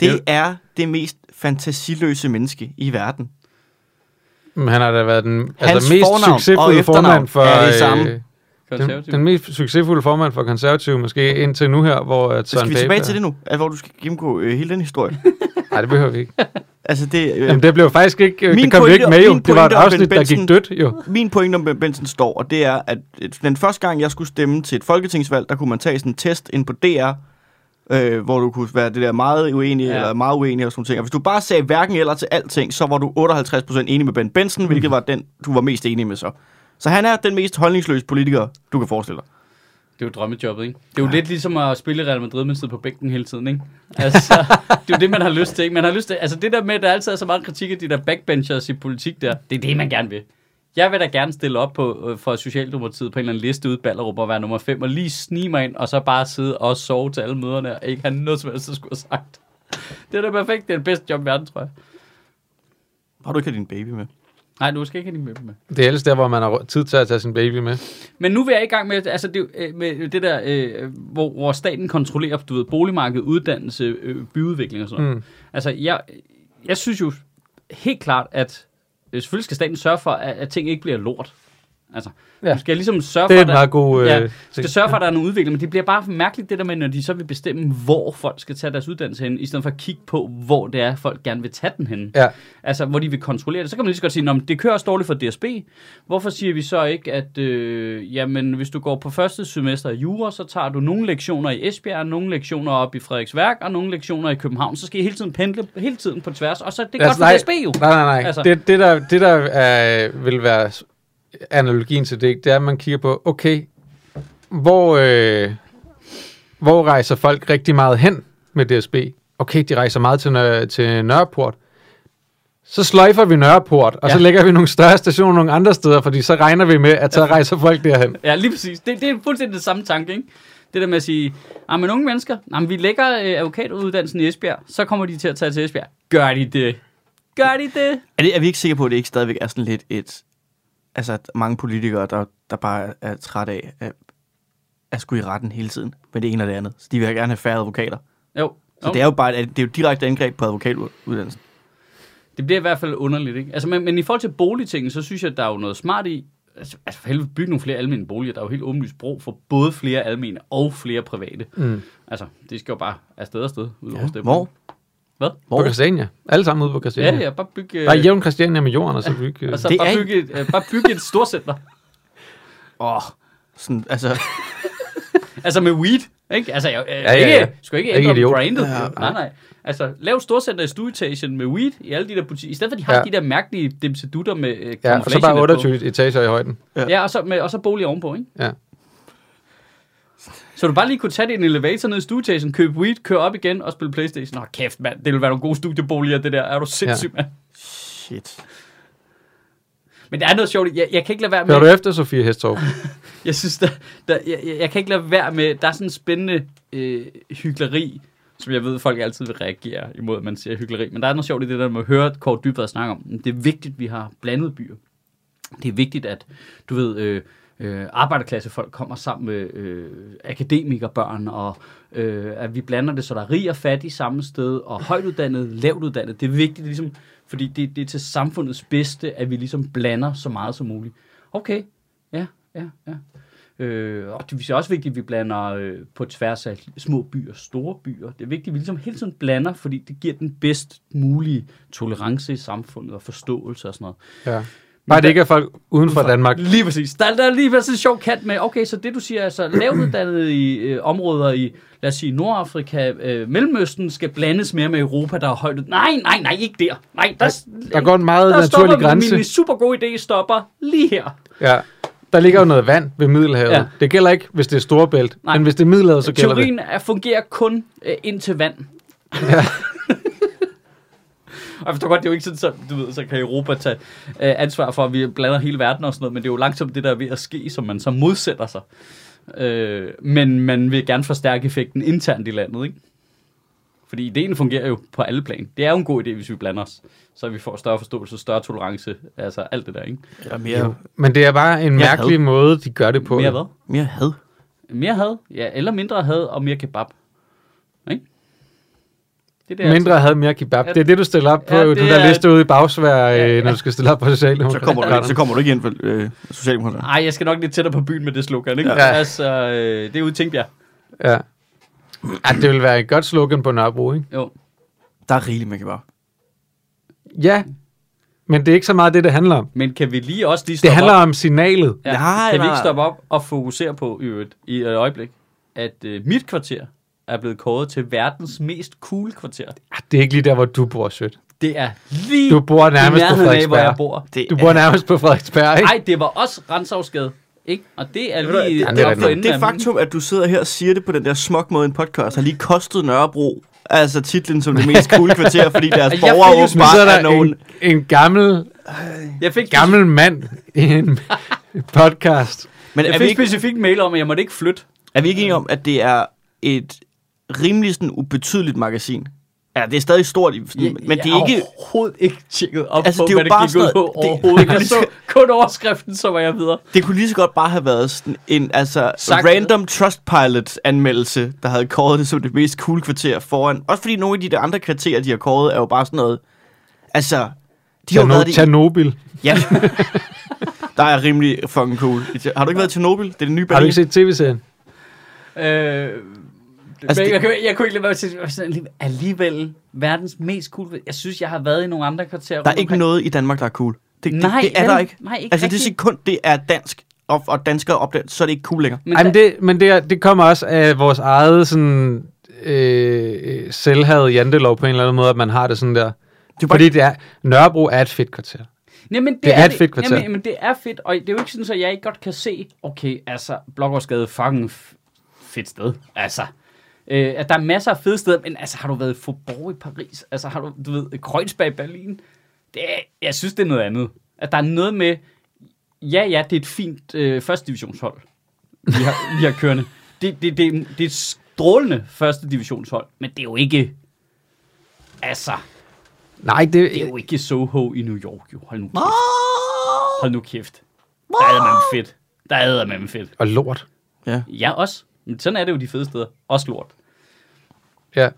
Speaker 2: Det er det mest fantasiløse menneske i verden.
Speaker 3: Men han har da været den
Speaker 2: Hans
Speaker 3: altså, mest
Speaker 2: fornavn og
Speaker 3: succesfulde
Speaker 2: efternavn
Speaker 3: formand for...
Speaker 2: er det samme.
Speaker 3: øh, Den,
Speaker 1: Konservativ.
Speaker 3: den mest succesfulde formand for konservative, måske indtil nu her, hvor at
Speaker 2: Så
Speaker 3: Søren
Speaker 2: skal vi
Speaker 3: Pape
Speaker 2: tilbage
Speaker 3: er-
Speaker 2: til det nu, altså, hvor du skal gennemgå øh, hele den historie.
Speaker 3: Nej, det behøver vi ikke.
Speaker 2: Altså, det, øh,
Speaker 3: Jamen, det blev faktisk ikke... øh,
Speaker 2: Min
Speaker 3: det kom vi
Speaker 2: pointe-
Speaker 3: ikke med, jo.
Speaker 2: min
Speaker 3: Det var et
Speaker 2: pointe om
Speaker 3: afsnit,
Speaker 2: Ben
Speaker 3: der gik
Speaker 2: Benson-
Speaker 3: dødt, jo.
Speaker 2: min pointe om Ben Benson står, og det er, at øh, den første gang, jeg skulle stemme til et folketingsvalg, der kunne man tage sådan en test ind på DR, øh, hvor du kunne være det der meget uenig
Speaker 1: Ja.
Speaker 2: ja. eller meget uenig og sådan nogle ting. Og hvis du bare sagde hverken eller til alting, så var du 58% enig med Ben Benson, hvilket var den, du var mest enig med så. Så han er den mest holdningsløse politiker, du kan forestille dig.
Speaker 1: Det er jo drømmejobbet, ikke? Det er jo lidt ligesom at spille i Real Madrid, men sidde på bænken hele tiden, ikke? Altså, det er jo det, man har lyst til, ikke? Man har lyst til, altså det der med, at der altid er så meget kritik af de der backbenchers i politik der, det er det, man gerne vil. Jeg vil da gerne stille op på, øh, for Socialdemokratiet på en eller anden liste ude i Ballerup og være nummer 5, og lige snige mig ind, og så bare sidde og sove til alle møderne, og ikke have noget som helst, der skulle have sagt. Det er da perfekt. Det er det bedste job i verden, tror jeg.
Speaker 2: Har du ikke din baby med?
Speaker 1: Nej, du skal ikke have din møbel med.
Speaker 3: Det er ellers der, hvor man har tid til at tage sin baby med.
Speaker 1: Men nu er jeg i gang med, altså det, øh, med det der, øh, hvor, hvor staten kontrollerer, du ved, boligmarkedet, uddannelse, øh, byudvikling og sådan noget. Mm.
Speaker 3: Mm.
Speaker 1: Altså, jeg, jeg synes jo helt klart, at øh, selvfølgelig skal staten sørge for, at, at ting ikke bliver lort. Altså,
Speaker 3: Ja.
Speaker 1: ja. du skal ligesom sørge
Speaker 3: Det er
Speaker 1: for,
Speaker 3: en
Speaker 1: at
Speaker 3: meget god... Øh,
Speaker 1: Ja,
Speaker 3: ja,
Speaker 1: du skal sørge for, at der er nogle udvikling, men det bliver bare mærkeligt det der med, når de så vil bestemme, hvor folk skal tage deres uddannelse hen, i stedet for at kigge på, hvor det er, folk gerne vil tage den hen.
Speaker 3: ja.
Speaker 1: Altså, hvor de vil kontrollere det. Så kan man lige så godt sige, "Nå, men det kører også dårligt for DSB. Hvorfor siger vi så ikke, at øh, jamen, hvis du går på første semester i jura, så tager du nogle lektioner i Esbjerg, nogle lektioner op i Frederiksværk, og nogle lektioner i København. Så skal I hele tiden pendle hele tiden på tværs, og så er det godt for
Speaker 3: nej,
Speaker 1: DSB jo.
Speaker 3: Nej, nej, nej. Altså.
Speaker 1: Altså.
Speaker 3: Det, det der, det der er, vil være s- analogien til det, det er, at man kigger på, okay, hvor, øh, hvor rejser folk rigtig meget hen med DSB? Okay, de rejser meget til, Nør- til Nørreport. Så sløjfer vi Nørreport, og ja. så
Speaker 1: Ja.
Speaker 3: lægger vi nogle større stationer nogle andre steder, fordi så regner vi med, at så rejser folk derhen.
Speaker 1: Ja, lige præcis. Det, det er fuldstændig den samme tanke, ikke? Det der med at sige, ah, men unge mennesker, ah, men vi lægger øh, advokatuddannelsen i Esbjerg, så kommer de til at tage til Esbjerg. Gør de det? Gør de det?
Speaker 2: Er, det, er vi ikke sikre på, at det ikke stadigvæk er sådan lidt et... Altså, at mange politikere, der, der bare er træt af at, at skulle i retten hele tiden med det ene og det andet. Så de vil gerne have færre advokater.
Speaker 1: Jo.
Speaker 2: Så det er jo bare et, det er jo et direkte angreb på advokatuddannelsen.
Speaker 1: det bliver i hvert fald underligt, ikke? Altså, men, men i forhold til boligtingen, så synes jeg, der er jo noget smart i. Altså, altså for helvede, bygge nogle flere almene boliger. Der er jo helt åbenlyst brug for både flere almene og flere private.
Speaker 3: Mm.
Speaker 1: Altså, det skal jo bare afsted og sted. Ud over steppen.
Speaker 2: Hvor?
Speaker 1: Hvad?
Speaker 3: På
Speaker 2: Hvor?
Speaker 3: Christiania. Alle sammen ude på Christiania.
Speaker 1: Ja,
Speaker 3: Ja, ja.
Speaker 1: ja, bare bygge...
Speaker 3: Der er jævn Christiania med jorden, og så vi ikke...
Speaker 1: og så
Speaker 2: Det
Speaker 1: bare
Speaker 2: er-
Speaker 1: bygge, et, øh, bare bygge et storcenter.
Speaker 2: Åh, sådan, altså,
Speaker 1: Altså med weed, ikke? Altså, jeg, ja,
Speaker 3: ja,
Speaker 1: ja, ikke,
Speaker 3: ja.
Speaker 1: Skal ikke
Speaker 3: Ikke
Speaker 1: ændre
Speaker 3: idiot.
Speaker 1: ikke brandet.
Speaker 2: Ja,
Speaker 1: Ja,
Speaker 2: ja.
Speaker 1: nej, nej. Altså, lav storcenter i stueetagen med weed i alle de der butikker. I stedet for, at de har
Speaker 3: Ja.
Speaker 1: ja. de der mærkelige demsedutter med øh,
Speaker 3: Ja, og så bare 28 etager i højden.
Speaker 1: På. Ja, og så, med, og så bolig ovenpå, ikke?
Speaker 3: Ja.
Speaker 1: Så du bare lige kunne tage det i en elevator ned i stueetagen, købe weed, køre op igen og spille Playstation. Nå, kæft, mand. Det ville være nogle gode studieboliger, det der. Er du sindssyg, ja. mand?
Speaker 2: shit.
Speaker 1: Men der er noget sjovt. i- Jeg, jeg kan ikke lade være med...
Speaker 3: Hører du efter, Sofie Hestorp?
Speaker 1: Jeg synes, der, der, jeg, jeg jeg kan ikke lade være med, der er sådan en spændende øh, hyggeleri, som jeg ved, folk altid vil reagere imod, at man siger hyggeleri. Men der er noget sjovt i det der med at høre Kåre Dybvad snakke om. Det er vigtigt, at vi har blandet byer. Det er vigtigt, at du ved, øh, øh, arbejderklassefolk kommer sammen med øh, akademikerbørn, og øh, at vi blander det, så der er rig og fattig samme sted, og højtuddannet, lavtuddannet. Det er vigtigt, ligesom, fordi det, det er til samfundets bedste, at vi ligesom blander så meget som muligt. Okay, ja, ja, ja. Øh, og det er også vigtigt, at vi blander øh, på tværs af små byer og store byer. Det er vigtigt, at vi ligesom hele tiden blander, fordi det giver den bedst mulige tolerance i samfundet og forståelse og sådan noget.
Speaker 3: Ja. Bare det ikke er folk uden for Danmark.
Speaker 1: Lige præcis. Der, der er lige sådan en sjov kant med, okay, så det du siger, altså lavuddannede i øh, områder i, lad os sige, Nordafrika, øh, Mellemøsten, skal blandes mere med Europa, der er højt. Nej, nej, nej, ikke der. Nej, der,
Speaker 3: Der går en meget
Speaker 1: der
Speaker 3: naturlig
Speaker 1: stopper
Speaker 3: grænse.
Speaker 1: Min super god idé stopper lige her.
Speaker 3: Ja. Der ligger jo noget vand ved Middelhavet. Ja.
Speaker 1: Ja.
Speaker 3: Det gælder ikke, hvis det er Storebælt.
Speaker 1: Nej.
Speaker 3: Men hvis det er Middelhavet, så gælder
Speaker 1: Teorien er, fungerer kun øh, ind til vand. Og jeg forstår godt, det er jo ikke sådan, så, du ved, så kan Europa tage øh, ansvar for, at vi blander hele verden og sådan noget, men det er jo langsomt det, der er ved at ske, som man så modsætter sig. Øh, men man vil gerne forstærke effekten internt i landet, ikke? Fordi ideen fungerer jo på alle plan. Det er jo en god idé, hvis vi blander os. Så vi får større forståelse, større tolerance, altså alt det der, ikke?
Speaker 2: Eller
Speaker 3: det. Jo.
Speaker 2: mere,
Speaker 3: Men det er bare en
Speaker 2: Jeg
Speaker 3: mærkelig
Speaker 2: havde-
Speaker 3: måde, de gør det på.
Speaker 1: Mere hvad?
Speaker 2: mere had.
Speaker 1: Mere had, ja, eller mindre had og mere kebab. Ikke? Det er altså- det, jeg altid-
Speaker 3: Mindre havde mere kebab.
Speaker 1: Ja.
Speaker 3: Det er det, du stiller op på
Speaker 1: Ja,
Speaker 3: ja, den
Speaker 1: det
Speaker 3: der
Speaker 1: er-
Speaker 3: liste ude i bagsvær,
Speaker 1: Ja,
Speaker 3: ja,
Speaker 1: ja.
Speaker 3: når du skal stille op på sociale
Speaker 2: Så kommer, du, ikke- så kommer du ikke ind for øh, Socialdemokraterne.
Speaker 1: Ej, jeg skal nok lidt tættere på byen med det slogan, ikke?
Speaker 2: Ja.
Speaker 1: Ja. Altså, øh, det er ude i Tingbjerg.
Speaker 3: Ja. ja, det vil være et godt slogan på Nørrebro, ikke?
Speaker 1: Jo.
Speaker 2: Der er rigeligt, man kan bare.
Speaker 3: Ja, men det er ikke så meget det, det handler om.
Speaker 1: Men kan vi lige også lige stoppe
Speaker 3: Det handler
Speaker 1: op?
Speaker 3: om signalet.
Speaker 1: Ja.
Speaker 2: Nej,
Speaker 1: kan vi
Speaker 2: nej.
Speaker 1: ikke stoppe op og fokusere på i øvrigt, i et øjeblik, at øh, mit kvarter er blevet kåret til verdens mest cool kvarter.
Speaker 3: Ja, Det er ikke lige der, hvor du bor, sødt.
Speaker 1: Det er lige
Speaker 3: Du bor nærmest
Speaker 1: i
Speaker 3: på
Speaker 1: nærheden af, hvor jeg
Speaker 3: Frederiksberg.
Speaker 1: bor.
Speaker 2: Det
Speaker 3: Du bor nærmest på Frederiksberg, ikke?
Speaker 1: Nej, det var også Rensavsgade, ikke? Og det er
Speaker 2: Ved du hvad,
Speaker 1: lige
Speaker 2: det-
Speaker 1: op
Speaker 3: det er
Speaker 1: for
Speaker 3: rigtigt.
Speaker 1: enden
Speaker 2: Det
Speaker 1: af-
Speaker 2: faktum, at du sidder her og siger det på den der smuk måde i en podcast, har lige kostet Nørrebro altså titlen som det mest cool kvarter, fordi deres
Speaker 1: Jeg
Speaker 2: borgere
Speaker 1: føler-
Speaker 3: Nu sidder
Speaker 2: åbenbart er
Speaker 3: der
Speaker 2: nogen...
Speaker 3: en, en gammel,
Speaker 1: Jeg fik
Speaker 3: gammel mand i en podcast.
Speaker 2: Men
Speaker 1: Jeg
Speaker 2: er vi,
Speaker 1: fik
Speaker 2: ikke,
Speaker 1: specifikt mail om, at jeg måtte ikke flytte.
Speaker 2: er vi ikke enige om, at det er et rimelig sådan ubetydeligt magasin? Ja, det er stadig stort, i- sådan, men det er ikke...
Speaker 1: overhovedet ikke tjekket op altså,
Speaker 2: Altså,
Speaker 1: på,
Speaker 2: det
Speaker 1: det
Speaker 2: er jo
Speaker 1: hvad det
Speaker 2: bare
Speaker 1: gik ud
Speaker 2: sådan
Speaker 1: på
Speaker 2: noget- det- Altså-
Speaker 1: overhovedet. Jeg så kun overskriften, så var jeg videre.
Speaker 2: Det kunne lige så godt bare have været sådan en altså,
Speaker 1: Sagt-
Speaker 2: random Trustpilot-anmeldelse, der havde kåret det som det mest cool kvarter foran. Også fordi nogle af de der andre kvarterer, de har kåret, er jo bare sådan noget... Altså, de har jo
Speaker 3: Tjerno-
Speaker 2: været det i
Speaker 3: Tjernobyl.
Speaker 2: Ja. Der er rimelig fucking cool. Har du ikke været i Tjernobyl? Det er den nye
Speaker 3: Har du
Speaker 2: Berlin.
Speaker 3: ikke set tv-serien?
Speaker 1: Øh,
Speaker 2: Altså,
Speaker 1: altså, men
Speaker 2: det-
Speaker 1: jeg, jeg, jeg kunne ikke lade være at sige, sådan alligevel- alligevel verdens mest cool. Jeg synes, jeg har været i nogle andre kvarterer.
Speaker 2: Der er
Speaker 1: rundt
Speaker 2: ikke
Speaker 1: omkring.
Speaker 2: noget i Danmark, der er cool. Det, det,
Speaker 1: Nej,
Speaker 2: det er
Speaker 1: vel?
Speaker 2: der ikke.
Speaker 1: Nej, ikke
Speaker 2: altså det
Speaker 1: rigtigt.
Speaker 2: sekund, det er dansk, og, og danskere opdager, så er det ikke cool længere.
Speaker 1: Men
Speaker 3: Ej, men
Speaker 1: der-
Speaker 3: det, men det, er- det kommer også af vores eget sådan, øh, øh, selvhavet jantelov på en eller anden måde, at man har det sådan der.
Speaker 2: Det er bare-
Speaker 3: Fordi det er, Nørrebro er et fedt kvarter.
Speaker 1: Nej, men det,
Speaker 3: er et fedt kvarter.
Speaker 1: Jamen, men det er fedt, og det er jo ikke sådan, at jeg ikke godt kan se, okay, altså, Blågårdsgade er fucking f- fedt sted. Altså, øh, at der er masser af fede steder, men altså, har du været i Faubourg i Paris? Altså, har du, du ved, Kreuzberg i Berlin? Det er, jeg synes, det er noget andet. At der er noget med, ja, ja, det er et fint øh, første divisionshold, vi har, vi har kørende. Det, det, det, det er et strålende første divisionshold, men det er jo ikke, altså,
Speaker 3: Nej, det,
Speaker 1: det er jo ikke Soho i New York, jo. Hold nu kæft. Hold nu kæft. Der æder man fedt. Der æder man fedt.
Speaker 3: og lort.
Speaker 2: Ja.
Speaker 1: Ja, også. Men sådan er det jo de fede steder. Også lort.
Speaker 3: Ja.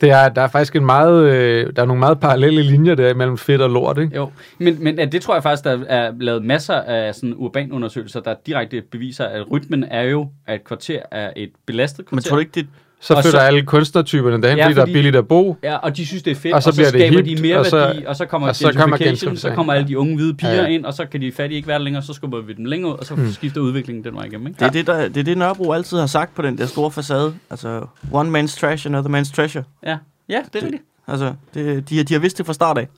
Speaker 3: Det er, der er faktisk en meget, øh, der er nogle meget parallelle linjer der imellem fedt og lort, ikke?
Speaker 1: Jo, men, men øh, det tror jeg faktisk, der er lavet masser af sådan urbanundersøgelser, der direkte beviser, at rytmen er jo, at et kvarter er et belastet kvarter.
Speaker 2: Men tror du ikke, det
Speaker 3: Så
Speaker 1: Og
Speaker 3: flytter
Speaker 1: så-
Speaker 3: alle kunstnertyperne derhen,
Speaker 1: Ja,
Speaker 3: ja, fordi, der
Speaker 1: fordi-
Speaker 3: er billigt at bo.
Speaker 1: Ja, og de synes, det er fedt,
Speaker 3: Og så bliver det
Speaker 1: skaber
Speaker 3: hipt,
Speaker 1: de mere
Speaker 3: og så-
Speaker 1: værdi, og så kommer
Speaker 3: og så kommer
Speaker 1: gentrification, så
Speaker 3: gentrificering.
Speaker 1: kommer alle de unge hvide piger
Speaker 3: Ja, Hmm. ja.
Speaker 1: ind, og så kan de fattige ikke være der længere, så skubber vi dem længere ud, og så skifter udviklingen den vej igennem. Ikke?
Speaker 2: det, er det, der, det er det, Nørrebro altid har sagt på den der store facade. Altså, one man's trash, another man's treasure.
Speaker 1: Ja. ja, det er rigtigt.
Speaker 2: Altså, det, de, har- de har vidst det fra start af.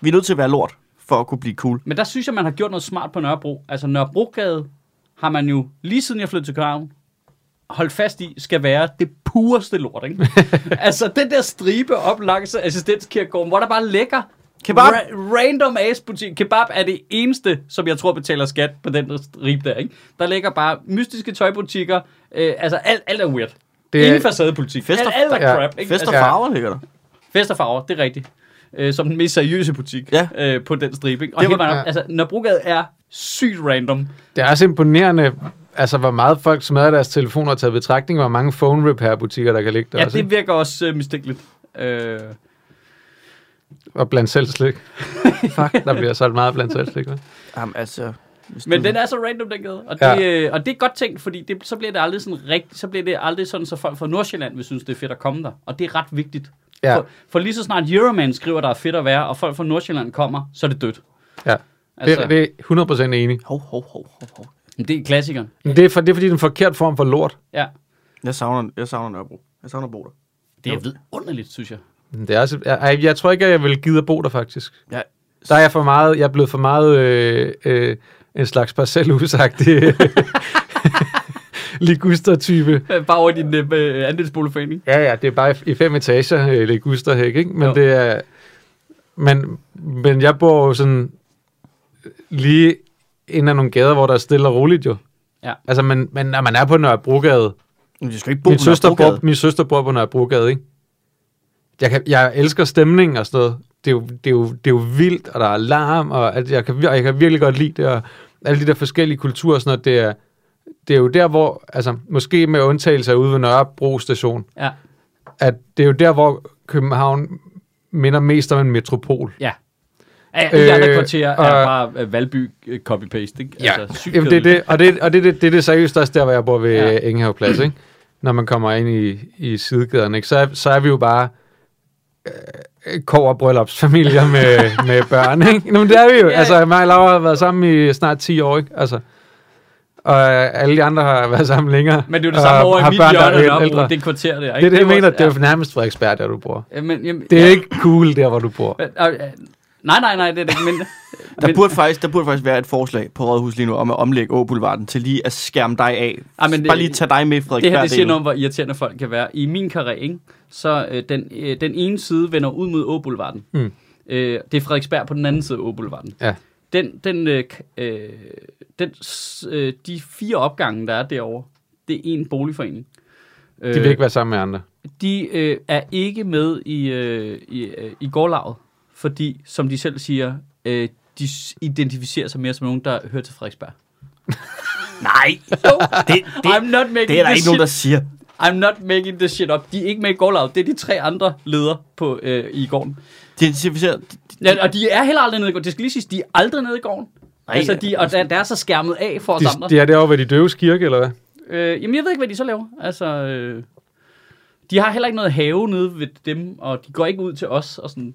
Speaker 2: Vi er nødt til at være lort, for at kunne blive cool.
Speaker 1: Men der synes jeg, man har gjort noget smart på Nørrebro. Altså Nørrebrogade har man jo, lige siden jeg flyttede til København, holdt fast i, skal være det pureste lort, ikke? altså den der stribe op langs assistenskirkegården, hvor der bare ligger
Speaker 2: Kebab.
Speaker 1: Ra- random ass butik. Kebab er det eneste, som jeg tror betaler skat på den der stribe der, ikke? Der ligger bare mystiske tøjbutikker, øh, altså alt, alt er weird.
Speaker 3: Det
Speaker 1: Det
Speaker 3: er-
Speaker 1: er Ingen facadepolitik.
Speaker 2: Fest og-
Speaker 1: alt, alt er
Speaker 3: ja,
Speaker 1: crap. Ikke?
Speaker 2: Fest og
Speaker 1: Altså,
Speaker 2: farver ligger der.
Speaker 1: Fest og farver, det er rigtigt. Øh, som den mest seriøse butik
Speaker 2: Ja.
Speaker 1: ja. øh, på den stribe. ikke? Og
Speaker 2: Det
Speaker 1: det
Speaker 2: var-
Speaker 1: var,
Speaker 3: ja.
Speaker 1: ja. altså, Nørrebrogade er sygt random.
Speaker 3: Det er også imponerende, altså hvor meget folk smadrer deres telefoner og tager i betragtning, hvor mange phone repair butikker, der kan ligge der
Speaker 1: Ja,
Speaker 3: også,
Speaker 1: det
Speaker 3: det...
Speaker 1: virker også øh, mistænkeligt. Øh,
Speaker 3: og blandt selv slik. Fuck, der bliver solgt meget blandt selv slik. hva'?
Speaker 2: Jamen, altså... hvis
Speaker 1: men
Speaker 2: du-
Speaker 1: den er så random, den gade. Og det,
Speaker 3: Ja.
Speaker 1: øh, og det er godt tænkt, fordi det, så bliver det aldrig sådan rigtigt, så bliver det aldrig sådan, så folk fra Nordsjælland vil synes, det er fedt at komme der. Og det er ret vigtigt.
Speaker 3: Ja.
Speaker 1: For, for lige så snart Euroman skriver, der er fedt at være, og folk fra Nordsjælland kommer, så er det dødt.
Speaker 3: Ja.
Speaker 1: Altså-
Speaker 3: Det, det, er 100% enig.
Speaker 2: Hov, hov, hov, hov, hov.
Speaker 1: Men Det er klassikeren.
Speaker 3: Men Det er, for, det er fordi, det er en forkert form for lort.
Speaker 1: Ja.
Speaker 2: Jeg savner, jeg savner Nørrebro. Jeg savner at bo der.
Speaker 1: Det er vidunderligt, synes jeg.
Speaker 3: Det er også, jeg, jeg tror ikke, at jeg vil gide at bo der, faktisk.
Speaker 2: Ja.
Speaker 3: Der er jeg for meget, jeg er blevet for meget øh, øh, en slags parcelhusagtig liguster-type.
Speaker 1: Øh, Bare over i din øh, andelsboligforening.
Speaker 3: Ja, ja, det er bare i- i fem etager, øh, ligusterhæk, ikke? Men
Speaker 1: Jo.
Speaker 3: det er... Men, men jeg bor jo sådan øh, lige ind af nogle gader, hvor der er stille og roligt jo.
Speaker 1: Ja.
Speaker 3: Altså, men, men når man er på Nørrebrogade,
Speaker 2: Men jeg skal ikke bo
Speaker 3: min,
Speaker 2: på
Speaker 3: søster bor,
Speaker 2: Nørrebrogade.
Speaker 3: min søster bor på Nørrebrogade, ikke? Jeg, kan, jeg elsker stemningen og sådan noget. Det er, jo, det, er jo, det er jo vildt, og der er larm, og at jeg, kan, vir- og jeg kan virkelig godt lide det, og alle de der forskellige kulturer og sådan noget, det er, det er jo der, hvor, altså måske med undtagelse af ude ved Nørrebro station,
Speaker 1: Ja.
Speaker 3: at det er jo der, hvor København minder mest om en metropol.
Speaker 1: Ja. Ja, ja, de andre
Speaker 3: Øh,
Speaker 1: kvarterer
Speaker 3: og-
Speaker 1: er bare øh, Valby øh, copy-paste, ikke? Altså, sygt
Speaker 3: Jamen, det er
Speaker 1: kedeligt.
Speaker 3: det, og det, og det, er det, det er det seriøst også der, hvor jeg bor ved
Speaker 1: Ja.
Speaker 3: ja. Engehaveplads, ikke? Når man kommer ind i, i sidegaderne, ikke? Så, er, så er vi jo bare øh, koverbrøllupsfamilier med, med børn, ikke? Nå, men det er vi jo.
Speaker 1: Ja.
Speaker 3: Altså, mig og Laura har været sammen i snart 10 år, ikke? Altså, og øh, alle de andre har været sammen længere.
Speaker 1: Men det er jo
Speaker 3: og
Speaker 1: det samme over i
Speaker 3: har
Speaker 1: mit
Speaker 3: børn, der
Speaker 1: hjørne,
Speaker 3: er
Speaker 1: Nørrebro,
Speaker 3: ældre.
Speaker 1: det kvarter der,
Speaker 3: Det
Speaker 1: ikke?
Speaker 3: er det, jeg mener. Det er
Speaker 1: vores-
Speaker 3: jo nærmest Frederiksberg, der du bor.
Speaker 1: ja. Men, jamen,
Speaker 3: Det er
Speaker 1: ja.
Speaker 3: ikke cool, der hvor du bor.
Speaker 1: Øh, øh, Nej, nej, nej, det er det ikke, men...
Speaker 2: Der
Speaker 1: men-
Speaker 2: burde, faktisk, der burde faktisk være et forslag på Rådhus lige nu om at omlægge Åboulevarden til lige at skærme dig af.
Speaker 1: Ej, men det-
Speaker 2: Bare lige tage dig med, Frederik.
Speaker 1: Det her,
Speaker 2: hver
Speaker 1: det
Speaker 2: del.
Speaker 1: siger noget om, hvor irriterende folk kan være. I min karré, ikke? så øh, den, øh, den ene side vender ud mod Åboulevarden.
Speaker 3: Mm.
Speaker 1: Øh, det er Frederiksberg på den anden side af Åboulevarden.
Speaker 3: Ja.
Speaker 1: Den, den, øh, k- øh, den, s- øh, de fire opgange, der er derovre, det er en boligforening. Øh,
Speaker 3: De vil ikke være sammen med andre.
Speaker 1: de øh, er ikke med i, øh, i, øh, i gårdlaget, fordi, som de selv siger, øh, de s- identificerer sig mere som nogen, der hører til Frederiksberg.
Speaker 2: Nej,
Speaker 1: Jo,
Speaker 2: det, det,
Speaker 1: Oh, I'm not making
Speaker 2: det er der
Speaker 1: this
Speaker 2: ikke nogen, der
Speaker 1: shit.
Speaker 2: siger.
Speaker 1: I'm not making this shit up. De er ikke med i gårdlaget. Det er de tre andre ledere på, øh, i gården.
Speaker 2: Det er, det er,
Speaker 1: Ja, og de er heller aldrig nede i gården. Det skal lige siges, de er aldrig nede i gården. Nej, altså, de, og der, der er så skærmet af for os
Speaker 3: De,
Speaker 1: andre.
Speaker 3: de er derovre ved de døves kirke, eller hvad?
Speaker 1: Øh, jamen, jeg ved ikke, hvad de så laver. Altså, øh, de har heller ikke noget have nede ved dem, og de går ikke ud til os. Og sådan.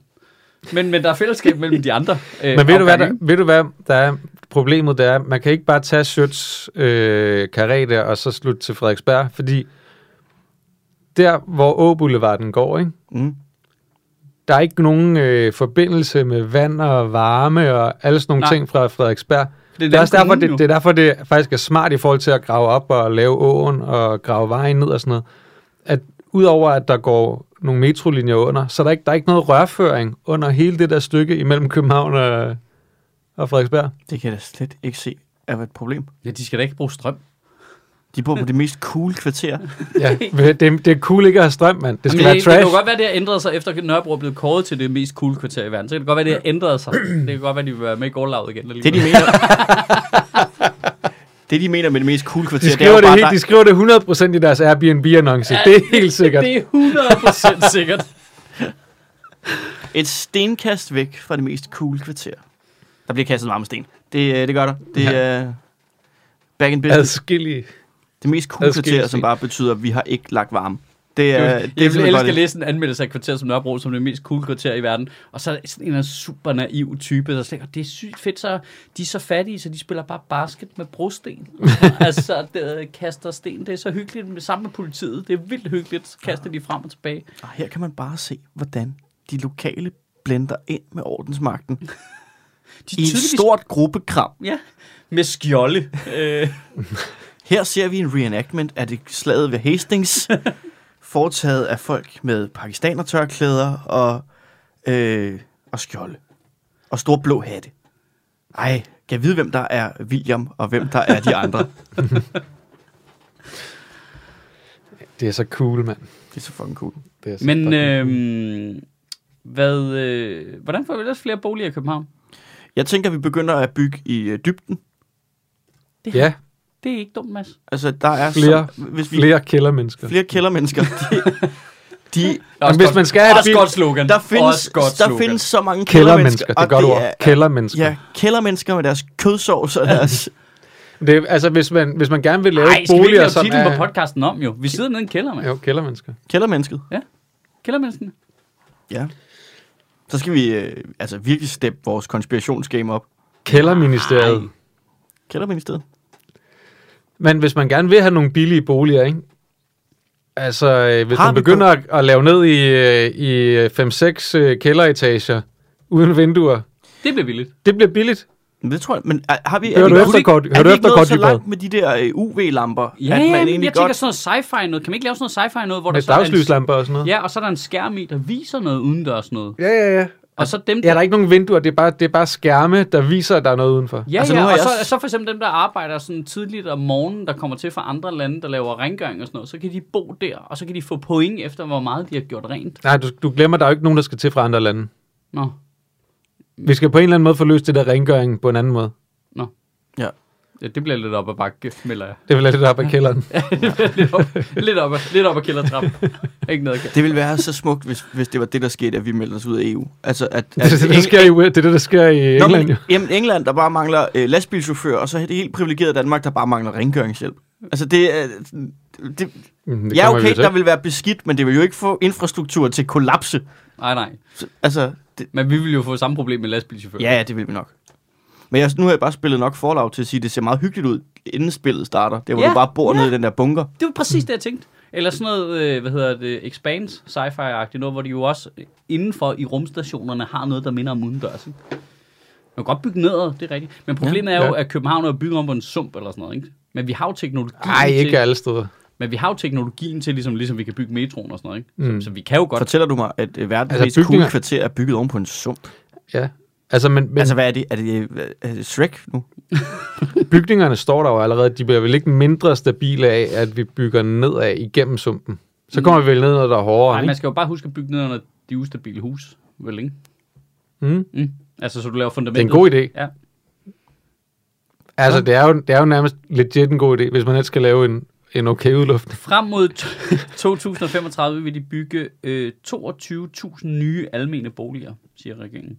Speaker 1: Men, men der er fællesskab mellem de andre. Øh,
Speaker 3: Men ved du, hvad der,
Speaker 1: afgange.
Speaker 3: ved du hvad der er problemet? Det er, man kan ikke bare tage Sjøts øh, karé der, og så slutte til Frederiksberg, fordi der, hvor Åboulevarden går, ikke?
Speaker 2: Mm.
Speaker 3: der er ikke nogen øh, forbindelse med vand og varme og alle sådan nogle
Speaker 1: Nej.
Speaker 3: Nej. ting fra Frederiksberg.
Speaker 1: Det er
Speaker 3: Det er,
Speaker 1: den
Speaker 3: også derfor,
Speaker 1: kommune
Speaker 3: det,
Speaker 1: jo.
Speaker 3: det er derfor, det faktisk er smart i forhold til at grave op og lave åen og grave vejen ned og sådan noget. At udover at der går nogle metrolinjer under, så er der ikke, der er ikke noget rørføring under hele det der stykke imellem København og, og Frederiksberg.
Speaker 2: Det kan jeg da slet ikke se er et problem.
Speaker 1: Ja, de skal da ikke bruge strøm.
Speaker 2: De bor på det mest cool kvarter.
Speaker 3: Ja, det, det er cool ikke at have strøm, mand. Det skal
Speaker 1: Jamen,
Speaker 3: Jamen, være
Speaker 1: det,
Speaker 3: trash.
Speaker 1: det kan jo godt være, det har ændret sig, efter Nørrebro blev kåret til det mest cool kvarter i verden. Så kan det godt være, det har ændret sig. Det kan godt være, de vil være med i gårdlaget igen.
Speaker 2: Det de
Speaker 1: alligevel.
Speaker 2: mener... det de mener med det mest cool kvarter,
Speaker 3: de,
Speaker 2: det er
Speaker 3: skriver
Speaker 2: jo
Speaker 3: det
Speaker 2: bare
Speaker 3: helt, de
Speaker 2: dig.
Speaker 3: skriver det 100% i deres Airbnb-annonce. Ja, det er helt sikkert.
Speaker 1: Det er 100% sikkert.
Speaker 2: Et stenkast væk fra det mest cool kvarter. Der bliver kastet varme sten. Det, øh, det gør der. Det er back in business.
Speaker 3: Adskillige.
Speaker 2: det mest cool
Speaker 3: adskilligt
Speaker 2: kvarter, som
Speaker 3: sten.
Speaker 2: bare betyder, at vi har ikke lagt varme. Det er, det er
Speaker 1: Jeg vil
Speaker 2: simpelthen
Speaker 1: elske
Speaker 2: godt.
Speaker 1: at læse en anmeldelse af et kvarter som Nørrebro, som det mest cool kvarter i verden. Og så er der sådan en eller anden super naiv type, der slet, det er sygt fedt, så de er så fattige, så de spiller bare basket med brosten. altså, det, kaster sten, det er så hyggeligt med, sammen med politiet. Det er vildt hyggeligt, så kaster de frem og tilbage.
Speaker 2: Og her kan man bare se, hvordan de lokale blender ind med ordensmagten i
Speaker 1: De er
Speaker 2: en
Speaker 1: tydeligvis-
Speaker 2: stort gruppekram.
Speaker 1: Ja, med skjolde. Øh,
Speaker 2: Her ser vi en reenactment af det slaget ved Hastings, foretaget af folk med pakistanertørklæder og, øh, og skjolde. Og store blå hatte. Ej, kan jeg vide, hvem der er William, og hvem der er de andre?
Speaker 3: Det er så cool, mand.
Speaker 2: Det er så fucking cool.
Speaker 3: Det er så
Speaker 1: men
Speaker 3: fucking cool.
Speaker 1: øh, hvad, øh, hvordan får vi ellers flere boliger i København?
Speaker 2: Jeg tænker, vi begynder at bygge i øh, dybden.
Speaker 3: Ja,
Speaker 1: Det er ikke dumt, Mads.
Speaker 2: Altså, der er
Speaker 3: Flere-
Speaker 2: så, hvis vi,
Speaker 3: flere kældermennesker.
Speaker 2: flere kældermennesker. De, de,
Speaker 3: Men hvis man skal have et
Speaker 1: Også
Speaker 3: bil-
Speaker 1: godt slogan.
Speaker 2: der findes,
Speaker 1: Også godt
Speaker 2: der
Speaker 1: slogan.
Speaker 2: findes så mange kældermennesker.
Speaker 3: Kældermennesker, det er
Speaker 2: og
Speaker 3: et godt ord.
Speaker 2: er-
Speaker 3: Kældermennesker.
Speaker 2: Ja, kældermennesker med deres kødsovs og deres...
Speaker 3: Det, er- altså, hvis man, hvis man gerne vil lave
Speaker 1: Nej, skal vi ikke
Speaker 3: boliger,
Speaker 1: lave
Speaker 3: som
Speaker 1: titlen
Speaker 3: er...
Speaker 1: på podcasten om jo? Vi sidder nede i en kælder, mand.
Speaker 3: Jo, kældermennesker.
Speaker 2: Kældermennesket.
Speaker 1: Kældermennesken.
Speaker 2: Ja. Så skal vi øh, altså virkelig steppe vores konspirationsgame op.
Speaker 3: Kælderministeriet.
Speaker 1: Ej.
Speaker 2: Kælderministeriet.
Speaker 3: Men hvis man gerne vil have nogle billige boliger, ikke? Altså, øh, hvis
Speaker 2: Har
Speaker 3: man
Speaker 2: vi
Speaker 3: begynder at, at lave ned i, øh, i øh, 5-6 øh, kælderetager uden vinduer,
Speaker 1: Det bliver vildt.
Speaker 3: det bliver billigt.
Speaker 2: Men Det tror jeg, men er, har vi...
Speaker 3: Hører
Speaker 2: er, vi-
Speaker 3: du
Speaker 2: er
Speaker 3: efter,
Speaker 2: vi ikke-
Speaker 3: Kort?
Speaker 2: Er
Speaker 3: Hører
Speaker 2: vi
Speaker 3: du
Speaker 2: ikke
Speaker 3: efter,
Speaker 2: nået
Speaker 3: Kort,
Speaker 2: så
Speaker 3: Dybvad?
Speaker 2: langt med de der øh, UV-lamper,
Speaker 1: Ja,
Speaker 2: at man
Speaker 1: ja, men
Speaker 2: egentlig
Speaker 1: jeg tænker
Speaker 2: godt...
Speaker 1: sådan noget sci-fi noget. Kan man ikke lave sådan noget sci-fi noget, hvor
Speaker 3: Med
Speaker 1: der så er
Speaker 3: dagslyslamper og sådan
Speaker 1: en,
Speaker 3: noget.
Speaker 1: ja, og så er der en skærm i, der viser noget udendørs noget.
Speaker 3: Ja, ja, ja.
Speaker 1: Og så dem,
Speaker 3: Ja, der er ikke nogen vinduer, det er bare, det er bare skærme, der viser, at der er noget udenfor.
Speaker 1: Ja,
Speaker 2: Altså,
Speaker 1: altså,
Speaker 2: nu
Speaker 1: ja,
Speaker 2: har
Speaker 1: og
Speaker 2: jeg
Speaker 1: så,
Speaker 2: også-
Speaker 1: så for eksempel dem, der arbejder sådan tidligt om morgenen, der kommer til fra andre lande, der laver rengøring og sådan noget, så kan de bo der, og så kan de få point efter, hvor meget de har gjort rent.
Speaker 3: Nej, du, du glemmer, der er jo ikke nogen, der skal til fra andre lande.
Speaker 1: Nå,
Speaker 3: Vi skal på en eller anden måde få løst det der rengøring på en anden måde.
Speaker 1: nå.
Speaker 2: Ja.
Speaker 1: Ja, det bliver lidt op ad bakke, melder jeg.
Speaker 3: Det vil jeg lidt op ad kælderen.
Speaker 1: lidt op, lidt op, ad- lidt op ad kældertrappen. ikke noget galt.
Speaker 2: Det ville være så smukt, hvis, hvis det var det, der skete, at vi meldte os ud af EU. Altså, at...
Speaker 3: Det er
Speaker 2: at
Speaker 3: det, der sker i, det, er det, der sker i
Speaker 2: Nå, men-
Speaker 3: England, jo.
Speaker 2: Jamen, England, der bare mangler øh, lastbilchauffør, og så det helt privilegerede Danmark, der bare mangler rengøringshjælp. Altså, det er... Det,
Speaker 3: Mm,
Speaker 2: det
Speaker 3: Det
Speaker 2: ja,
Speaker 3: kommer vi
Speaker 2: okay,
Speaker 3: til.
Speaker 2: der vil være beskidt, men det vil jo ikke få infrastruktur til at kollapse.
Speaker 1: Nej, nej.
Speaker 2: Så, altså, det,
Speaker 1: Men vi vil jo få samme problem med lastbilchauffører.
Speaker 2: Ja, ja, det vil vi nok. Men jeg, nu har jeg bare spillet nok Fallout til at sige, at det ser meget hyggeligt ud, inden spillet starter. Det er, hvor
Speaker 1: Ja,
Speaker 2: du bare bor
Speaker 1: ja.
Speaker 2: nede i den der bunker.
Speaker 1: Det var præcis det, jeg tænkte. Eller sådan noget, øh, hvad hedder det, Expanse, sci-fi-agtigt noget, hvor de jo også øh, indenfor i rumstationerne har noget, der minder om udendørs. Ikke? Man kan godt bygge ned, det er rigtigt. Men problemet ja, er jo,
Speaker 3: ja.
Speaker 1: at København er jo bygget om på en sump eller sådan noget. Ikke? Men vi har jo teknologien
Speaker 3: Nej, ikke
Speaker 1: til,
Speaker 3: alle steder.
Speaker 1: men vi har jo teknologien til, ligesom, ligesom vi kan bygge metroen og sådan noget. Ikke?
Speaker 3: Mm.
Speaker 1: Så, så, vi kan jo godt.
Speaker 2: Fortæller du mig, at øh, verdens
Speaker 3: Altså,
Speaker 2: altså, mest cool
Speaker 3: bygninger-
Speaker 2: kvarter er bygget oven på en sump?
Speaker 3: Ja. Altså, men, men
Speaker 2: Men... Altså,
Speaker 3: altså,
Speaker 2: hvad er det? Er det, øh, er det Shrek nu?
Speaker 3: bygningerne står der jo allerede. De bliver vel ikke mindre stabile af, at vi bygger nedad igennem sumpen. Så kommer vi vel ned, når der er hårdere,
Speaker 1: Nej, man
Speaker 3: ikke?
Speaker 1: skal jo bare huske at bygge ned under de ustabile hus, vel ikke?
Speaker 3: Mm.
Speaker 1: Mm. Altså, så du laver
Speaker 3: Det er en
Speaker 1: fundamentet.
Speaker 3: god idé.
Speaker 1: Ja.
Speaker 3: Altså, det er, jo, det er jo nærmest legit en god idé, hvis man ikke skal lave en, en okay udluftning.
Speaker 1: Frem mod t- 2035 vil de bygge øh, 22.000 nye almene boliger, siger regeringen.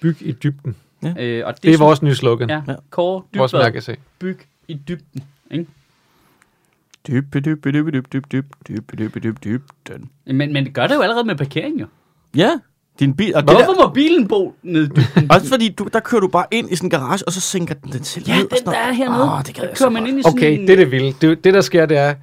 Speaker 3: Byg i dybden.
Speaker 2: Ja.
Speaker 1: Øh, og det,
Speaker 3: Det er
Speaker 1: synes-
Speaker 3: vores nye slogan. Ja.
Speaker 1: Ja, Kåre
Speaker 3: Vores
Speaker 1: Dybvad,
Speaker 3: mærkesag.
Speaker 1: byg i dybden. Ikke?
Speaker 2: Dybe, dybe, dybe, dybe, dybe, dybe, dybe, dybe, dybe, dybe, den.
Speaker 1: Men, men det gør det jo allerede med parkering, jo.
Speaker 2: Ja, din bil. Og det der,
Speaker 1: Hvorfor må bilen bo ned i dybden?
Speaker 2: også fordi, du, der kører du bare ind i sådan en garage, og så sænker den den selv
Speaker 1: ja,
Speaker 2: ned. og
Speaker 1: den
Speaker 2: sådan
Speaker 1: der
Speaker 2: noget.
Speaker 1: er hernede.
Speaker 2: Åh, det gad jeg så
Speaker 1: kører man
Speaker 2: godt.
Speaker 1: ind i sådan
Speaker 3: Okay,
Speaker 1: en...
Speaker 3: det er det vilde. Det, det, der sker, det er,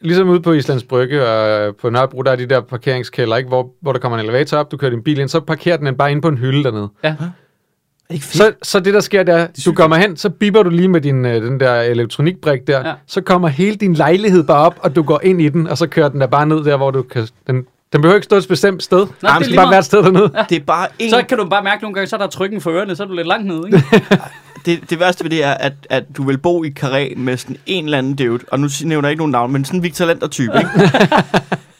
Speaker 3: ligesom ude på Islands Brygge og øh, på Nørrebro, der er de der parkeringskælder, ikke? Hvor, hvor der kommer en elevator op, du kører din bil ind, så parkerer den bare inde på en hylde dernede.
Speaker 1: Ja.
Speaker 2: Er det ikke fedt?
Speaker 3: Så, så det, der sker, det er, du kommer hen, så biber du lige med din, øh, den der elektronikbrik der,
Speaker 1: Ja.
Speaker 3: ja. så kommer hele din lejlighed bare op, og du går ind i den, og så kører den der bare ned der, hvor du kan... Den, den behøver ikke stå et bestemt sted. Nej,
Speaker 1: det er
Speaker 3: den skal
Speaker 1: lige
Speaker 3: bare
Speaker 1: meget.
Speaker 3: være et sted dernede. Ja.
Speaker 2: Det er bare en...
Speaker 1: Så kan du bare mærke nogle gange, så er der trykken for ørerne, så er du lidt langt nede, ikke?
Speaker 2: det, det værste ved det er, at, at du vil bo i karé med sådan en eller anden dude, og nu nævner jeg ikke nogen navn, men sådan en Victor Lander-type, ikke?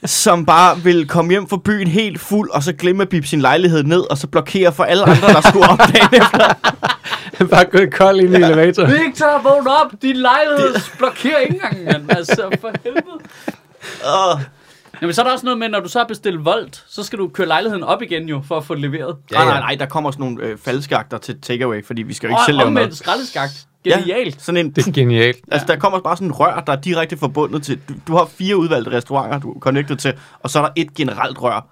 Speaker 2: som bare vil komme hjem fra byen helt fuld, og så glemme at bippe sin lejlighed ned, og så blokere for alle andre, der skulle op dagen efter.
Speaker 3: bare gået kold ind i elevatoren.
Speaker 1: Victor, vågn op! Din lejlighed blokerer ikke engang, mand. Altså, for helvede.
Speaker 2: Åh,
Speaker 1: Jamen, så er der også noget med, når du så har bestilt voldt, så skal du køre lejligheden op igen jo, for at få det leveret.
Speaker 2: Nej, nej, nej, der kommer sådan nogle øh, falske akter til takeaway, fordi vi skal jo ikke selv
Speaker 1: Og
Speaker 2: lave noget.
Speaker 1: omvendt skraldeskagt. Genialt.
Speaker 2: sådan en,
Speaker 3: Det er genialt.
Speaker 2: altså, der kommer bare sådan en rør, der er direkte forbundet til, du, du har fire udvalgte restauranter, du er connected til, og så er der et generelt rør.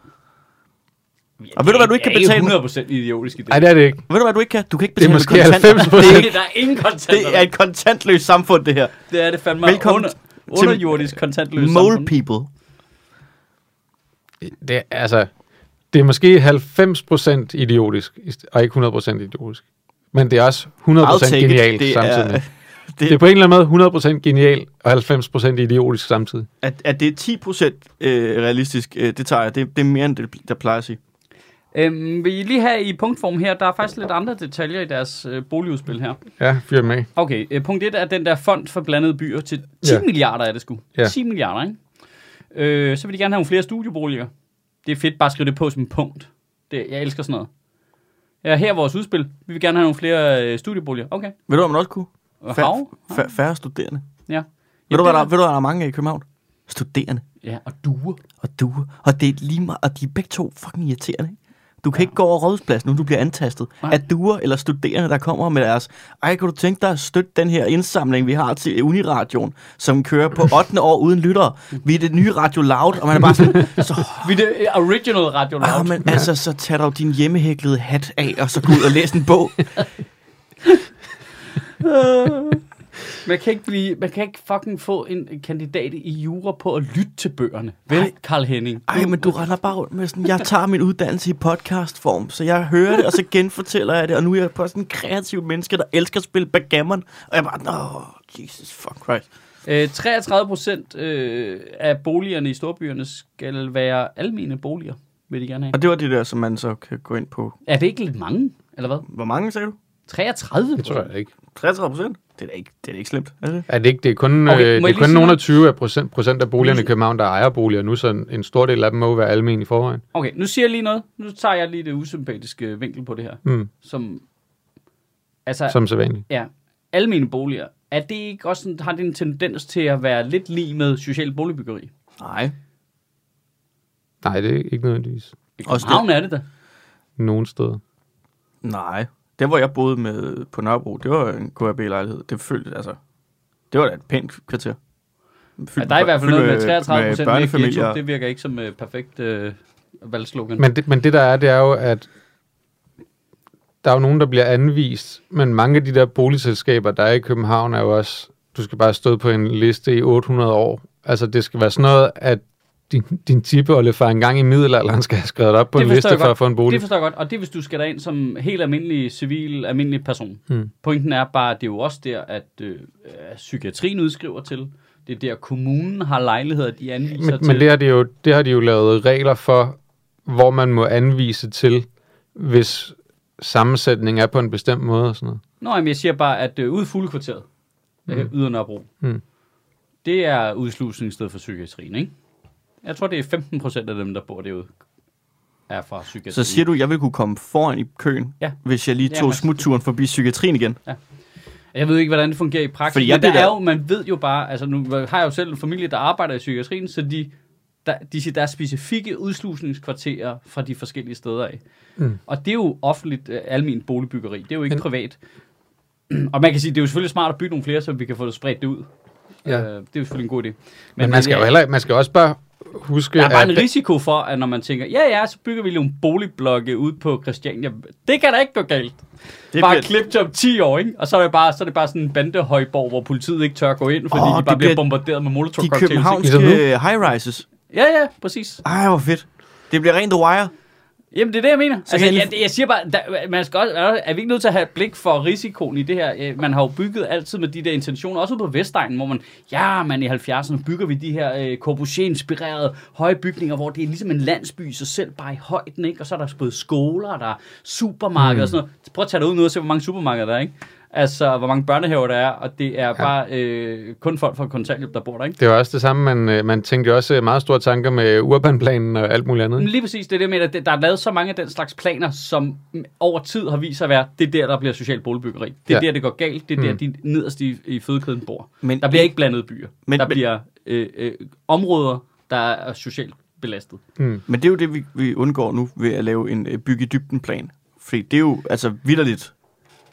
Speaker 2: Og ved du, hvad du ikke kan
Speaker 1: Det er
Speaker 2: betale med?
Speaker 1: jo 100% idiotisk i det.
Speaker 3: Nej, det er det ikke.
Speaker 2: Ved du, hvad du ikke kan? Du kan ikke
Speaker 3: Det er
Speaker 2: betale
Speaker 3: måske
Speaker 2: med kontanter.
Speaker 3: 90
Speaker 2: Det er
Speaker 1: der er ingen kontanter.
Speaker 2: Det er et kontantløst samfund, det her.
Speaker 1: det, er det fandme
Speaker 2: Velkommen
Speaker 1: under,
Speaker 2: til-
Speaker 1: underjordisk kontantløs
Speaker 2: Mole people.
Speaker 3: Det er, altså, det er måske 90% idiotisk, og ikke 100% idiotisk. Men det er også 100%
Speaker 2: take it.
Speaker 3: genialt
Speaker 2: Det er-
Speaker 3: samtidig. med.
Speaker 2: det-
Speaker 3: det er på en eller anden måde 100% genial og 90% idiotisk samtidig.
Speaker 2: At, at det er 10% øh, realistisk, øh, det tager jeg. Det, det er mere end det, der plejer at sige.
Speaker 1: Øhm, vil I lige have i punktform her, der er faktisk lidt andre detaljer i deres øh, boligudspil her.
Speaker 3: Ja, fyr den af.
Speaker 1: Okay, øh, punkt 1 er den der fond for blandede byer til 10
Speaker 3: Ja.
Speaker 1: ja. milliarder er det sgu.
Speaker 3: Ja.
Speaker 1: Ja. 10 milliarder, ikke? Øh, så vil de gerne have nogle flere studieboliger. Det er fedt bare at skrive det på som punkt. Det, jeg elsker sådan noget. Ja, her er vores udspil. Vi vil gerne have nogle flere øh, studieboliger. Okay.
Speaker 2: Ved du, hvad man også kunne?
Speaker 1: Og
Speaker 2: Fær-
Speaker 1: hav.
Speaker 2: fær- færre studerende.
Speaker 1: Ja.
Speaker 2: Ved du,
Speaker 1: det
Speaker 2: hvad der,
Speaker 1: er-
Speaker 2: ved du, hvad der er mange af i København? Studerende
Speaker 1: Ja, og duer.
Speaker 2: og duer. Og det er lige meget, og de er begge to fucking irriterende. ikke? Du kan ikke gå over rådhuspladsen, nu du bliver antastet
Speaker 1: Nej.
Speaker 2: af duer eller studerende, der kommer med deres... Ej, kunne du tænke dig at støtte den her indsamling, vi har til Uniradioen, som kører på 8. år uden lyttere. Vi er det nye Radio Loud, og man er bare sådan... Så
Speaker 1: Vi er det øh, original radio.
Speaker 2: Ja,
Speaker 1: Loud.
Speaker 2: men altså, så tag dog din hjemmehæklede hat af, og så gå ud og læs en bog.
Speaker 1: Man kan ikke blive, man kan ikke fucking få en kandidat i jura på at lytte til bøgerne.
Speaker 2: Ej.
Speaker 1: Vel, Karl Henning.
Speaker 2: Ej, men du render bare rundt med sådan, jeg tager min uddannelse i podcastform, så jeg hører det, og så genfortæller jeg det, og nu er jeg bare sådan en kreativ menneske, der elsker at spille backgammon, og jeg bare, nå, Jesus fuck Christ.
Speaker 1: Øh, 33 procent øh, af boligerne i storbyerne skal være almene boliger, vil de gerne have.
Speaker 2: Og det var det der, som man så kan gå ind på.
Speaker 1: Er det ikke lidt mange, eller hvad?
Speaker 2: Hvor mange, sagde du?
Speaker 1: 33?
Speaker 3: Det tror jeg ikke.
Speaker 2: 33 procent? Det er da ikke, det er da ikke slemt, er det det?
Speaker 3: Er det ikke? Det er kun,
Speaker 1: Okay, må
Speaker 3: okay, øh,
Speaker 1: jeg
Speaker 3: det er
Speaker 1: lige
Speaker 3: kun
Speaker 1: sige
Speaker 3: nogle af
Speaker 1: noget?
Speaker 3: 20 af procent, procent af boligerne i København, der ejer boliger nu, så en, en stor del af dem må jo være almen i forvejen.
Speaker 1: Okay, nu siger jeg lige noget. Nu tager jeg lige det usympatiske vinkel på det her.
Speaker 3: Mm,
Speaker 1: Som, altså, Som.
Speaker 3: som sædvanligt.
Speaker 1: ja, almene boliger. Er det ikke også sådan, har det en tendens til at være lidt lige med social boligbyggeri?
Speaker 2: Nej.
Speaker 3: Nej, det er ikke nødvendigvis
Speaker 1: I
Speaker 2: Også
Speaker 1: København er det da.
Speaker 3: nogen steder.
Speaker 2: Nej. Der, hvor jeg boede med på Nørrebro, det var en KRB-lejlighed. Det følte, altså, det var da et pænt kvarter. Fyldt,
Speaker 1: Ja, der er i hvert fald
Speaker 2: fyldt
Speaker 1: noget med 33 procent med
Speaker 2: børnefamilier.
Speaker 1: ghetto. Det virker ikke som uh, perfekt uh, valgslogan.
Speaker 3: Men det, men det der er, det er jo, at der er jo nogen, der bliver anvist, men mange af de der boligselskaber, der er i København, er jo også, du skal bare stå på en liste i 800 år. Altså, det skal være sådan noget, at din, din tippeolle fra en gang i middelalderen skal have skrevet op på
Speaker 1: Det
Speaker 3: en
Speaker 1: forstår
Speaker 3: liste
Speaker 1: jeg
Speaker 3: for
Speaker 1: godt.
Speaker 3: at få en
Speaker 1: Det
Speaker 3: bolig.
Speaker 1: forstår jeg godt, og det er, hvis du skal derind som helt almindelig, civil, almindelig person.
Speaker 3: Mm.
Speaker 1: Mm. Pointen er bare, at det er jo også der, at øh, at psykiatrien udskriver til. Det er der, kommunen har lejligheder, de anviser
Speaker 3: Men,
Speaker 1: til.
Speaker 3: men det, har de jo, det har de jo lavet regler for, hvor man må anvise til, hvis sammensætningen er på en bestemt måde og sådan noget.
Speaker 1: Nå, jamen, jeg siger bare, at øh, ude i fuglekvarteret, mm. yder Nørrebro,
Speaker 3: Mm.
Speaker 1: mm. det er udslusningssted for psykiatrien, ikke? Jeg tror, det er 15 procent af dem, der bor derude, er fra psykiatrien.
Speaker 2: Så siger du, at jeg ville kunne komme foran i køen, ja.
Speaker 1: Ja.
Speaker 2: hvis jeg lige
Speaker 1: Ja,
Speaker 2: tog ja,
Speaker 1: altså-
Speaker 2: smutturen forbi psykiatrien igen?
Speaker 1: Jeg ved ikke, hvordan det fungerer i praksis,
Speaker 2: Fordi
Speaker 1: Fordi
Speaker 2: jeg
Speaker 1: men der
Speaker 2: bliver-
Speaker 1: er jo, man ved jo bare, altså nu har jeg jo selv en familie, der arbejder i psykiatrien, så de der, de siger, der er specifikke udslusningskvarterer fra de forskellige steder af.
Speaker 3: Mm.
Speaker 1: Mm. Og det er jo offentligt øh, almen boligbyggeri. Det er jo ikke privat. Og man kan sige, det er jo selvfølgelig smart at bygge nogle flere, så vi kan få det spredt det ud.
Speaker 3: Ja.
Speaker 1: Ja. Øh, det er jo selvfølgelig en god idé. Men, øh,
Speaker 3: Men man skal jo heller, øh, man skal også bare huske,
Speaker 1: der er bare
Speaker 3: at
Speaker 1: en risiko for, at når man tænker, ja ja, så bygger vi jo en boligblokke ud på Christiania. Det kan da ikke gå galt. Det
Speaker 2: Det
Speaker 1: bare
Speaker 2: bliver-
Speaker 1: et klip til om 10 år, ikke? Og så er det bare, så er det bare sådan en bandehøjborg, hvor politiet ikke tør gå ind, fordi
Speaker 2: Åh,
Speaker 1: oh, de
Speaker 2: det
Speaker 1: bare bliver
Speaker 2: bliver-
Speaker 1: bombarderet med molotov
Speaker 2: De
Speaker 1: cocktails. ikke?
Speaker 2: københavnske
Speaker 3: Ligesom nu.
Speaker 2: øh, high-rises.
Speaker 1: Ja, ja, præcis.
Speaker 2: Ej, hvor fedt. Det bliver rent The Wire.
Speaker 1: Jamen, det er det, jeg mener.
Speaker 2: Så
Speaker 1: altså,
Speaker 2: kan jeg
Speaker 1: jeg, jeg, siger bare, der, man skal også, er vi ikke nødt til at have et blik for risikoen i det her? Øh, Man har jo bygget altid med de der intentioner, også ude på Vestegnen, hvor man, ja, man i 70'erne bygger vi de her øh, Corbusier-inspirerede høje bygninger, hvor det er ligesom en landsby i sig selv, bare i højden, ikke? Og så er der både skoler, og der er supermarkeder mm. og sådan noget. Prøv at tage dig ud nu og se, hvor mange supermarkeder der er, ikke? Altså, hvor mange børnehaver der er, og det er ja. bare øh, kun folk fra kontanthjælp, der bor der, ikke?
Speaker 3: det var også det samme, man, øh, man tænkte jo også øh, meget store tanker med urbanplanen og alt muligt andet.
Speaker 1: Men
Speaker 3: ikke?
Speaker 1: lige præcis det der med, at det- der er lavet så mange af den slags planer, som mm, over tid har vist sig at være, det er der, der bliver social boligbyggeri. Det er
Speaker 3: Ja.
Speaker 1: ja. der, det går galt. Det er
Speaker 3: Mm.
Speaker 1: mm. der, de nederst i, i fødekæden bor.
Speaker 2: Men-
Speaker 1: Men, der bliver ikke blandet byer.
Speaker 2: Men-
Speaker 1: Men, der
Speaker 2: men-
Speaker 1: men, bliver øh, øh, områder, der er socialt belastet.
Speaker 2: Men det er jo det, vi, vi undgår nu ved at lave en øh, bygge i dybden plan. Fordi det er jo altså vidderligt.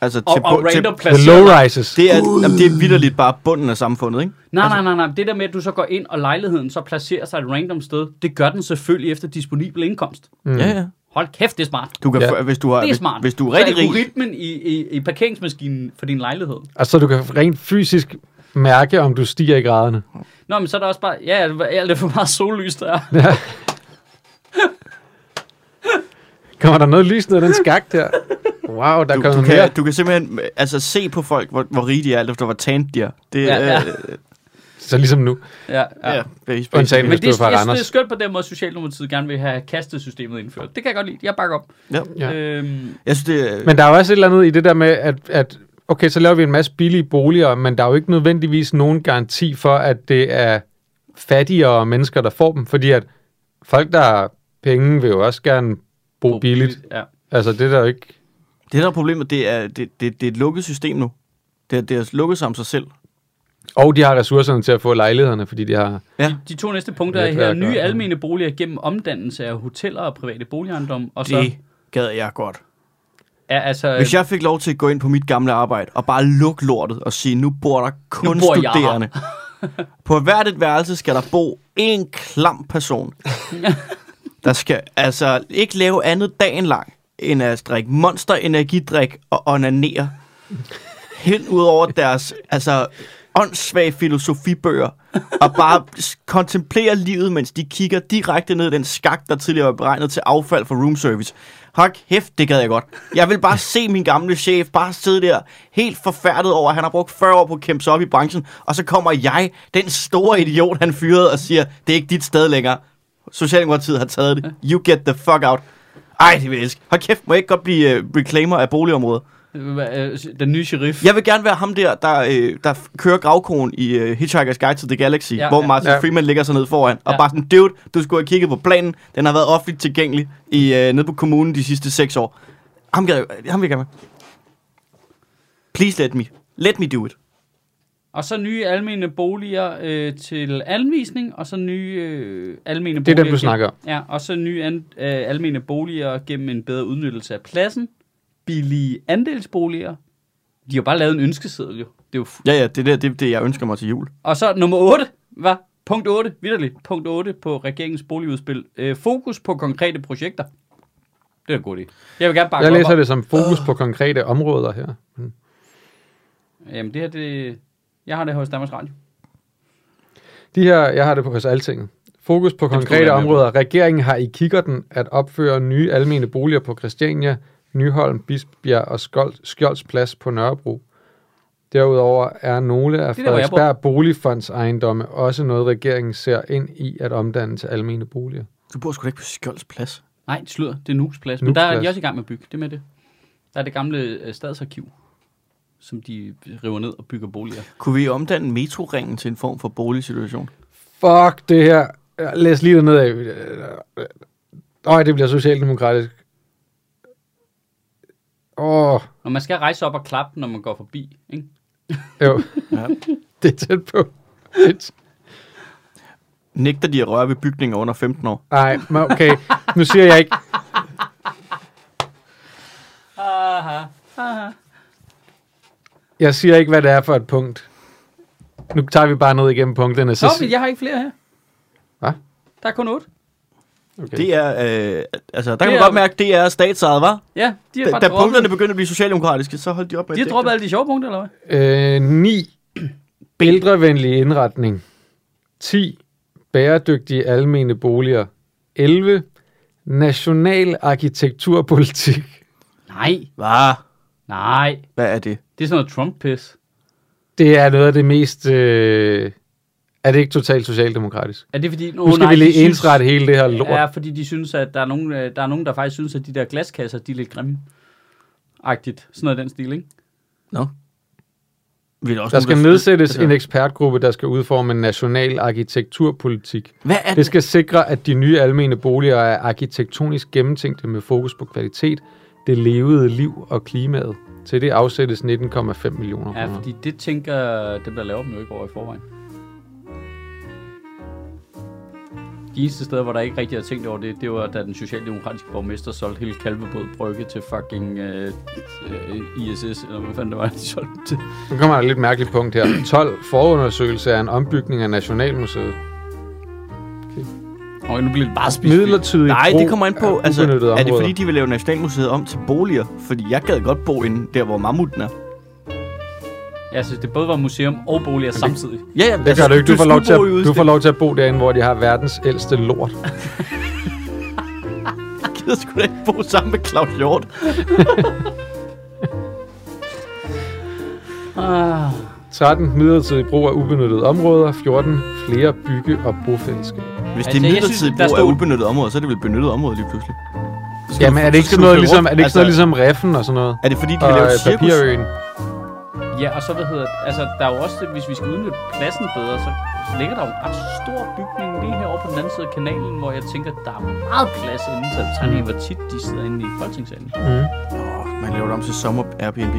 Speaker 2: Altså,
Speaker 1: Og, og
Speaker 2: bu-
Speaker 1: random
Speaker 3: The
Speaker 1: placerer.
Speaker 3: low rises.
Speaker 2: det, er, jamen, det er vidderligt bare bunden af samfundet, ikke?
Speaker 1: Nej, nej, nej, nej. Det der med, at du så går ind, og lejligheden så placerer sig et random sted, det gør den selvfølgelig efter disponibel indkomst.
Speaker 2: Mm. Ja, ja.
Speaker 1: Hold kæft, det er smart.
Speaker 2: Du kan,
Speaker 3: Ja.
Speaker 2: ja. hvis du har,
Speaker 1: Det er
Speaker 2: hvis,
Speaker 1: smart.
Speaker 2: hvis du er rigtig
Speaker 1: så
Speaker 2: rig,
Speaker 1: algoritmen i, i, i parkeringsmaskinen for din lejlighed,
Speaker 3: Og så du kan rent fysisk mærke, om du stiger i graderne.
Speaker 1: Nå, men så er der også bare, ja, alt det for meget sollys der. er.
Speaker 3: Kommer der noget lys ned ad den skak der? Wow, der
Speaker 2: du,
Speaker 3: kommer
Speaker 2: du,
Speaker 3: mere.
Speaker 2: kan, du kan simpelthen øh, altså, se på folk, hvor, hvor rige de er, alt efter hvor tant de er. Det
Speaker 1: Ja,
Speaker 2: er...
Speaker 1: ja.
Speaker 2: Øh,
Speaker 3: Så ligesom nu.
Speaker 1: Ja, ja.
Speaker 2: ja,
Speaker 1: ja.
Speaker 2: base,
Speaker 3: Undtagen.
Speaker 1: Men
Speaker 3: Hvis
Speaker 1: det,
Speaker 3: det var
Speaker 1: det,
Speaker 3: fra
Speaker 1: jeg, synes,
Speaker 3: Randers.
Speaker 1: det er skønt på den måde, Socialdemokratiet gerne vil have kastesystemet indført. Det kan jeg godt lide. Jeg bakker op.
Speaker 2: Ja.
Speaker 3: Ja.
Speaker 1: Øhm,
Speaker 2: Jeg synes, det er...
Speaker 3: Men der er jo også et eller andet i det der med, at, at okay, så laver vi en masse billige boliger, men der er jo ikke nødvendigvis nogen garanti for, at det er fattigere mennesker, der får dem, fordi at folk, der har penge, vil jo også gerne bo billigt.
Speaker 1: Ja.
Speaker 3: Altså, det er der jo ikke...
Speaker 2: Det der er problemet, det er, det, det, det er et lukket system nu. Det, er- det er lukket sig om sig selv.
Speaker 3: Og de har ressourcerne til at få lejlighederne, fordi de har...
Speaker 2: Ja.
Speaker 1: De to næste punkter er
Speaker 3: Netværk
Speaker 1: her.
Speaker 3: og-
Speaker 1: Nye almene boliger gennem omdannelse af hoteller og private boligejendomme. Og så
Speaker 2: Det gad jeg godt.
Speaker 1: er altså...
Speaker 2: Hvis jeg fik lov til at gå ind på mit gamle arbejde og bare lukke lortet og sige, nu bor der kun
Speaker 1: Nu bor jeg her."
Speaker 2: studerende. på hvert et værelse skal der bo en klam person. der skal altså ikke lave andet dagen lang, end at drikke monster energidrik og onanere. Hen ud over deres altså, åndssvage filosofibøger, og bare s- kontemplere livet, mens de kigger direkte ned i den skak, der tidligere var beregnet til affald for room service. Hold kæft, det gad jeg godt. Jeg vil bare se min gamle chef bare sidde der, helt forfærdet over, at han har brugt 40 år på at kæmpe sig op i branchen, og så kommer jeg, den store idiot, han fyrede, og siger, det er ikke dit sted længere. Socialdemokratiet har taget det. You get the fuck out. Ej, det vil jeg elske. Hold kæft, må jeg ikke godt blive uh, reclaimer af boligområdet?
Speaker 1: øh, øh, Den nye sheriff.
Speaker 2: Jeg vil gerne være ham der, der, øh, der f- kører gravkonen i øh, Hitchhiker's Guide to the Galaxy, ja,
Speaker 1: Ja,
Speaker 2: hvor
Speaker 1: ja.
Speaker 2: Martin ja.
Speaker 3: Ja.
Speaker 2: Freeman ligger sig ned foran, ja. og
Speaker 1: Ja.
Speaker 2: bare sådan, dude, du skulle have kigget på planen, den har været offentligt tilgængelig i, øh, nede på kommunen de sidste seks år. Ham, gad, jeg- ham vil jeg gerne med. Please let me. Let me do it.
Speaker 1: Og så nye almene boliger øh, til anvisning, og så nye øh, almene
Speaker 3: Det
Speaker 1: boliger...
Speaker 3: er den, du
Speaker 1: gennem-
Speaker 3: snakker om.
Speaker 1: Ja, og så nye an, øh, almene boliger gennem en bedre udnyttelse af pladsen. Billige andelsboliger. De har bare lavet en ønskeseddel, jo. Det er jo fu-
Speaker 2: Ja, ja, det er det, det, jeg ønsker mig til jul.
Speaker 1: og så nummer 8, var punkt 8, vidderligt, punkt 8 på regeringens boligudspil. Øh, fokus på konkrete projekter. Det er en god idé. Jeg vil gerne bakke
Speaker 3: Jeg
Speaker 1: op
Speaker 3: læser
Speaker 1: om-
Speaker 3: det som fokus
Speaker 1: Øh.
Speaker 3: på konkrete områder her. Mm.
Speaker 1: Jamen det her, det... Jeg har det hos Danmarks Radio.
Speaker 3: De her, jeg har det på hos alting. Fokus på konkrete
Speaker 1: være med på.
Speaker 3: områder. Regeringen har i kikkerten at opføre nye almene boliger på Christiania, Nyholm, Bispebjerg og Skold, Skjoldsplads på Nørrebro. Derudover er nogle af
Speaker 1: Det er der, hvor jeg bor.
Speaker 3: Frederiksberg Boligfonds ejendomme også noget, regeringen ser ind i at omdanne til almene boliger.
Speaker 2: Du bor sgu da ikke på Skjolds Plads.
Speaker 1: Nej, det slutter. Det er Nukes plads. Men der er
Speaker 3: Nuuksplads.
Speaker 1: de også i gang med at bygge. Det er med det. Der er det gamle øh, stadsarkiv, som de river ned og bygger boliger.
Speaker 2: Kunne vi omdanne metroringen til en form for boligsituation?
Speaker 3: Fuck det her. Læs lige dernede af. Øj, det bliver socialdemokratisk. Åh, oh,
Speaker 1: Og man skal rejse op og klappe, når man går forbi. Ikke?
Speaker 3: jo.
Speaker 2: Ja.
Speaker 3: det er tæt på. Det er tæt
Speaker 2: nægter de at røre ved bygninger under 15 år.
Speaker 3: Nej, men okay. Nu siger jeg ikke...
Speaker 1: Aha. Aha.
Speaker 3: Jeg siger ikke, hvad det er for et punkt. Nu tager vi bare ned igennem punkterne. Så
Speaker 1: Nå,
Speaker 3: si-
Speaker 1: men jeg har ikke flere her.
Speaker 3: Hvad?
Speaker 1: Der er kun otte.
Speaker 3: okay.
Speaker 2: Det er, øh, altså, der kan
Speaker 1: Det
Speaker 2: man
Speaker 1: er-
Speaker 2: godt mærke, det er statsejet, var.
Speaker 1: Ja, de har
Speaker 2: Da,
Speaker 1: bare
Speaker 2: da
Speaker 1: droppet.
Speaker 2: punkterne begyndte at blive socialdemokratiske, så holdt de op med
Speaker 1: De
Speaker 2: at
Speaker 1: har
Speaker 2: dække
Speaker 1: droppet
Speaker 2: dem.
Speaker 1: alle de sjove punkter, eller hvad?
Speaker 3: Øh, 9. Ældrevenlig indretning. 10. Bæredygtige almene boliger. 11. National arkitekturpolitik.
Speaker 1: Nej,
Speaker 2: Hva?
Speaker 1: nej.
Speaker 2: Hvad er det?
Speaker 1: Det er sådan noget Trump-pis.
Speaker 3: Det er noget af det mest... Øh, er det ikke totalt socialdemokratisk?
Speaker 1: Er det fordi...
Speaker 3: Nu skal
Speaker 1: nej,
Speaker 3: vi lige
Speaker 1: de synes-
Speaker 3: ensrette hele det her lort.
Speaker 1: Ja, fordi de synes, at der er, nogen, øh, der er nogen, der faktisk synes, at de der glaskasser, de er lidt grimme. Agtigt. Sådan noget i den stil, ikke?
Speaker 2: Nå. Vi er også
Speaker 3: Der skal
Speaker 2: nogen,
Speaker 3: nedsættes
Speaker 2: altså-
Speaker 3: en ekspertgruppe, der skal udforme en national arkitekturpolitik.
Speaker 2: Hvad er
Speaker 3: Det
Speaker 2: det?
Speaker 3: skal sikre, at de nye almene boliger er arkitektonisk gennemtænkte med fokus på kvalitet, det levede liv og klimaet. Til det afsættes 19,5 millioner
Speaker 1: Ja,
Speaker 3: kroner.
Speaker 1: fordi det tænker dem, der laver dem jo ikke over i forvejen. De eneste steder, hvor der ikke rigtig har tænkt over det, det var, da den socialdemokratiske borgmester solgte hele Kalvebod Brygge til fucking øh, øh, ISS, eller hvad fanden det var, de solgte den til.
Speaker 3: Nu kommer der et lidt mærkeligt punkt her. 12. Forundersøgelse af en ombygning af Nationalmuseet.
Speaker 1: Og nu bliver det bare spist.
Speaker 3: Midlertidig
Speaker 2: Nej,
Speaker 3: brug
Speaker 2: det kommer an på,
Speaker 3: af
Speaker 2: altså,
Speaker 3: ubenyttede
Speaker 2: er det
Speaker 3: områder.
Speaker 2: fordi, de vil lave Nationalmuseet om til boliger? Fordi jeg gad godt bo inde der, hvor mammuten er.
Speaker 1: Jeg synes, det både var museum og boliger samtidig.
Speaker 2: Ja, altså, ja,
Speaker 3: Det gør du ikke. Du får, lov til at, du får
Speaker 2: får
Speaker 3: lov til at bo derinde, hvor de har verdens ældste lort.
Speaker 2: Jeg gider sgu da ikke bo sammen med Claus Hjort.
Speaker 1: Ah.
Speaker 3: 13. Midlertidig brug af ubenyttede områder. 14. Flere bygge- og bofællesskaber.
Speaker 2: Hvis
Speaker 1: Altså,
Speaker 2: det er
Speaker 1: jeg
Speaker 2: midlertidig
Speaker 1: synes, der
Speaker 2: brug af
Speaker 1: stod-
Speaker 2: ubenyttet område, så er det vel benyttet område lige pludselig. Så skal
Speaker 3: Jamen,
Speaker 2: du-
Speaker 3: er
Speaker 2: så
Speaker 3: det ikke
Speaker 2: skal
Speaker 3: sådan
Speaker 2: du
Speaker 3: noget
Speaker 2: flytte
Speaker 3: ligesom, er
Speaker 2: rundt.
Speaker 3: det ikke sådan noget
Speaker 2: Altså,
Speaker 3: ligesom Reffen og sådan noget?
Speaker 2: Er det fordi, de
Speaker 3: Og
Speaker 2: vil lave
Speaker 3: øh,
Speaker 2: et cirkus?
Speaker 3: Papirøen.
Speaker 1: Ja, og så hvad hedder altså der er jo også, det, hvis vi skal udnytte pladsen bedre, så ligger der jo en ret stor bygning lige herovre på den anden side af kanalen, hvor jeg tænker, der er meget plads inden til tegning af, hvor tit de sidder inde i folketingssalen.
Speaker 3: Mm.
Speaker 2: Åh, Man laver det om til sommer Airbnb.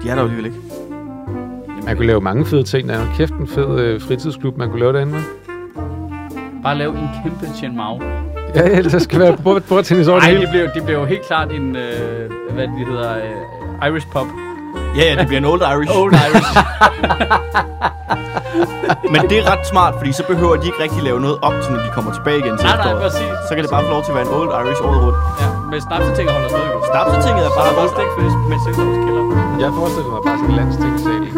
Speaker 2: De er der jo alligevel ikke.
Speaker 3: Man kunne lave mange fede ting. Der er jo kæft en fed øh, fritidsklub, man kunne lave derinde med.
Speaker 1: Bare lave en kæmpe Chen Mao.
Speaker 3: Ja, ellers der skal være bord- bordtennis over det
Speaker 1: Nej,
Speaker 3: hele.
Speaker 1: det blev, det blev jo helt klart en, øh, hvad det hedder, øh, Irish pop.
Speaker 2: Ja, ja, det bliver en old Irish.
Speaker 1: Old Irish.
Speaker 2: Men det er ret smart, fordi så behøver de ikke rigtig lave noget om, til når de kommer tilbage igen til
Speaker 1: nej, nej,
Speaker 2: efteråret.
Speaker 1: præcis.
Speaker 2: Så kan det bare få lov til at være en old Irish året rundt.
Speaker 1: Ja, men snapsetinget holder stadig godt.
Speaker 2: Snapsetinget er
Speaker 1: Så er
Speaker 2: bare
Speaker 1: der bare
Speaker 2: old
Speaker 1: stikfisk med seks års kælder.
Speaker 3: Jeg forestiller mig bare sådan en landstingssal.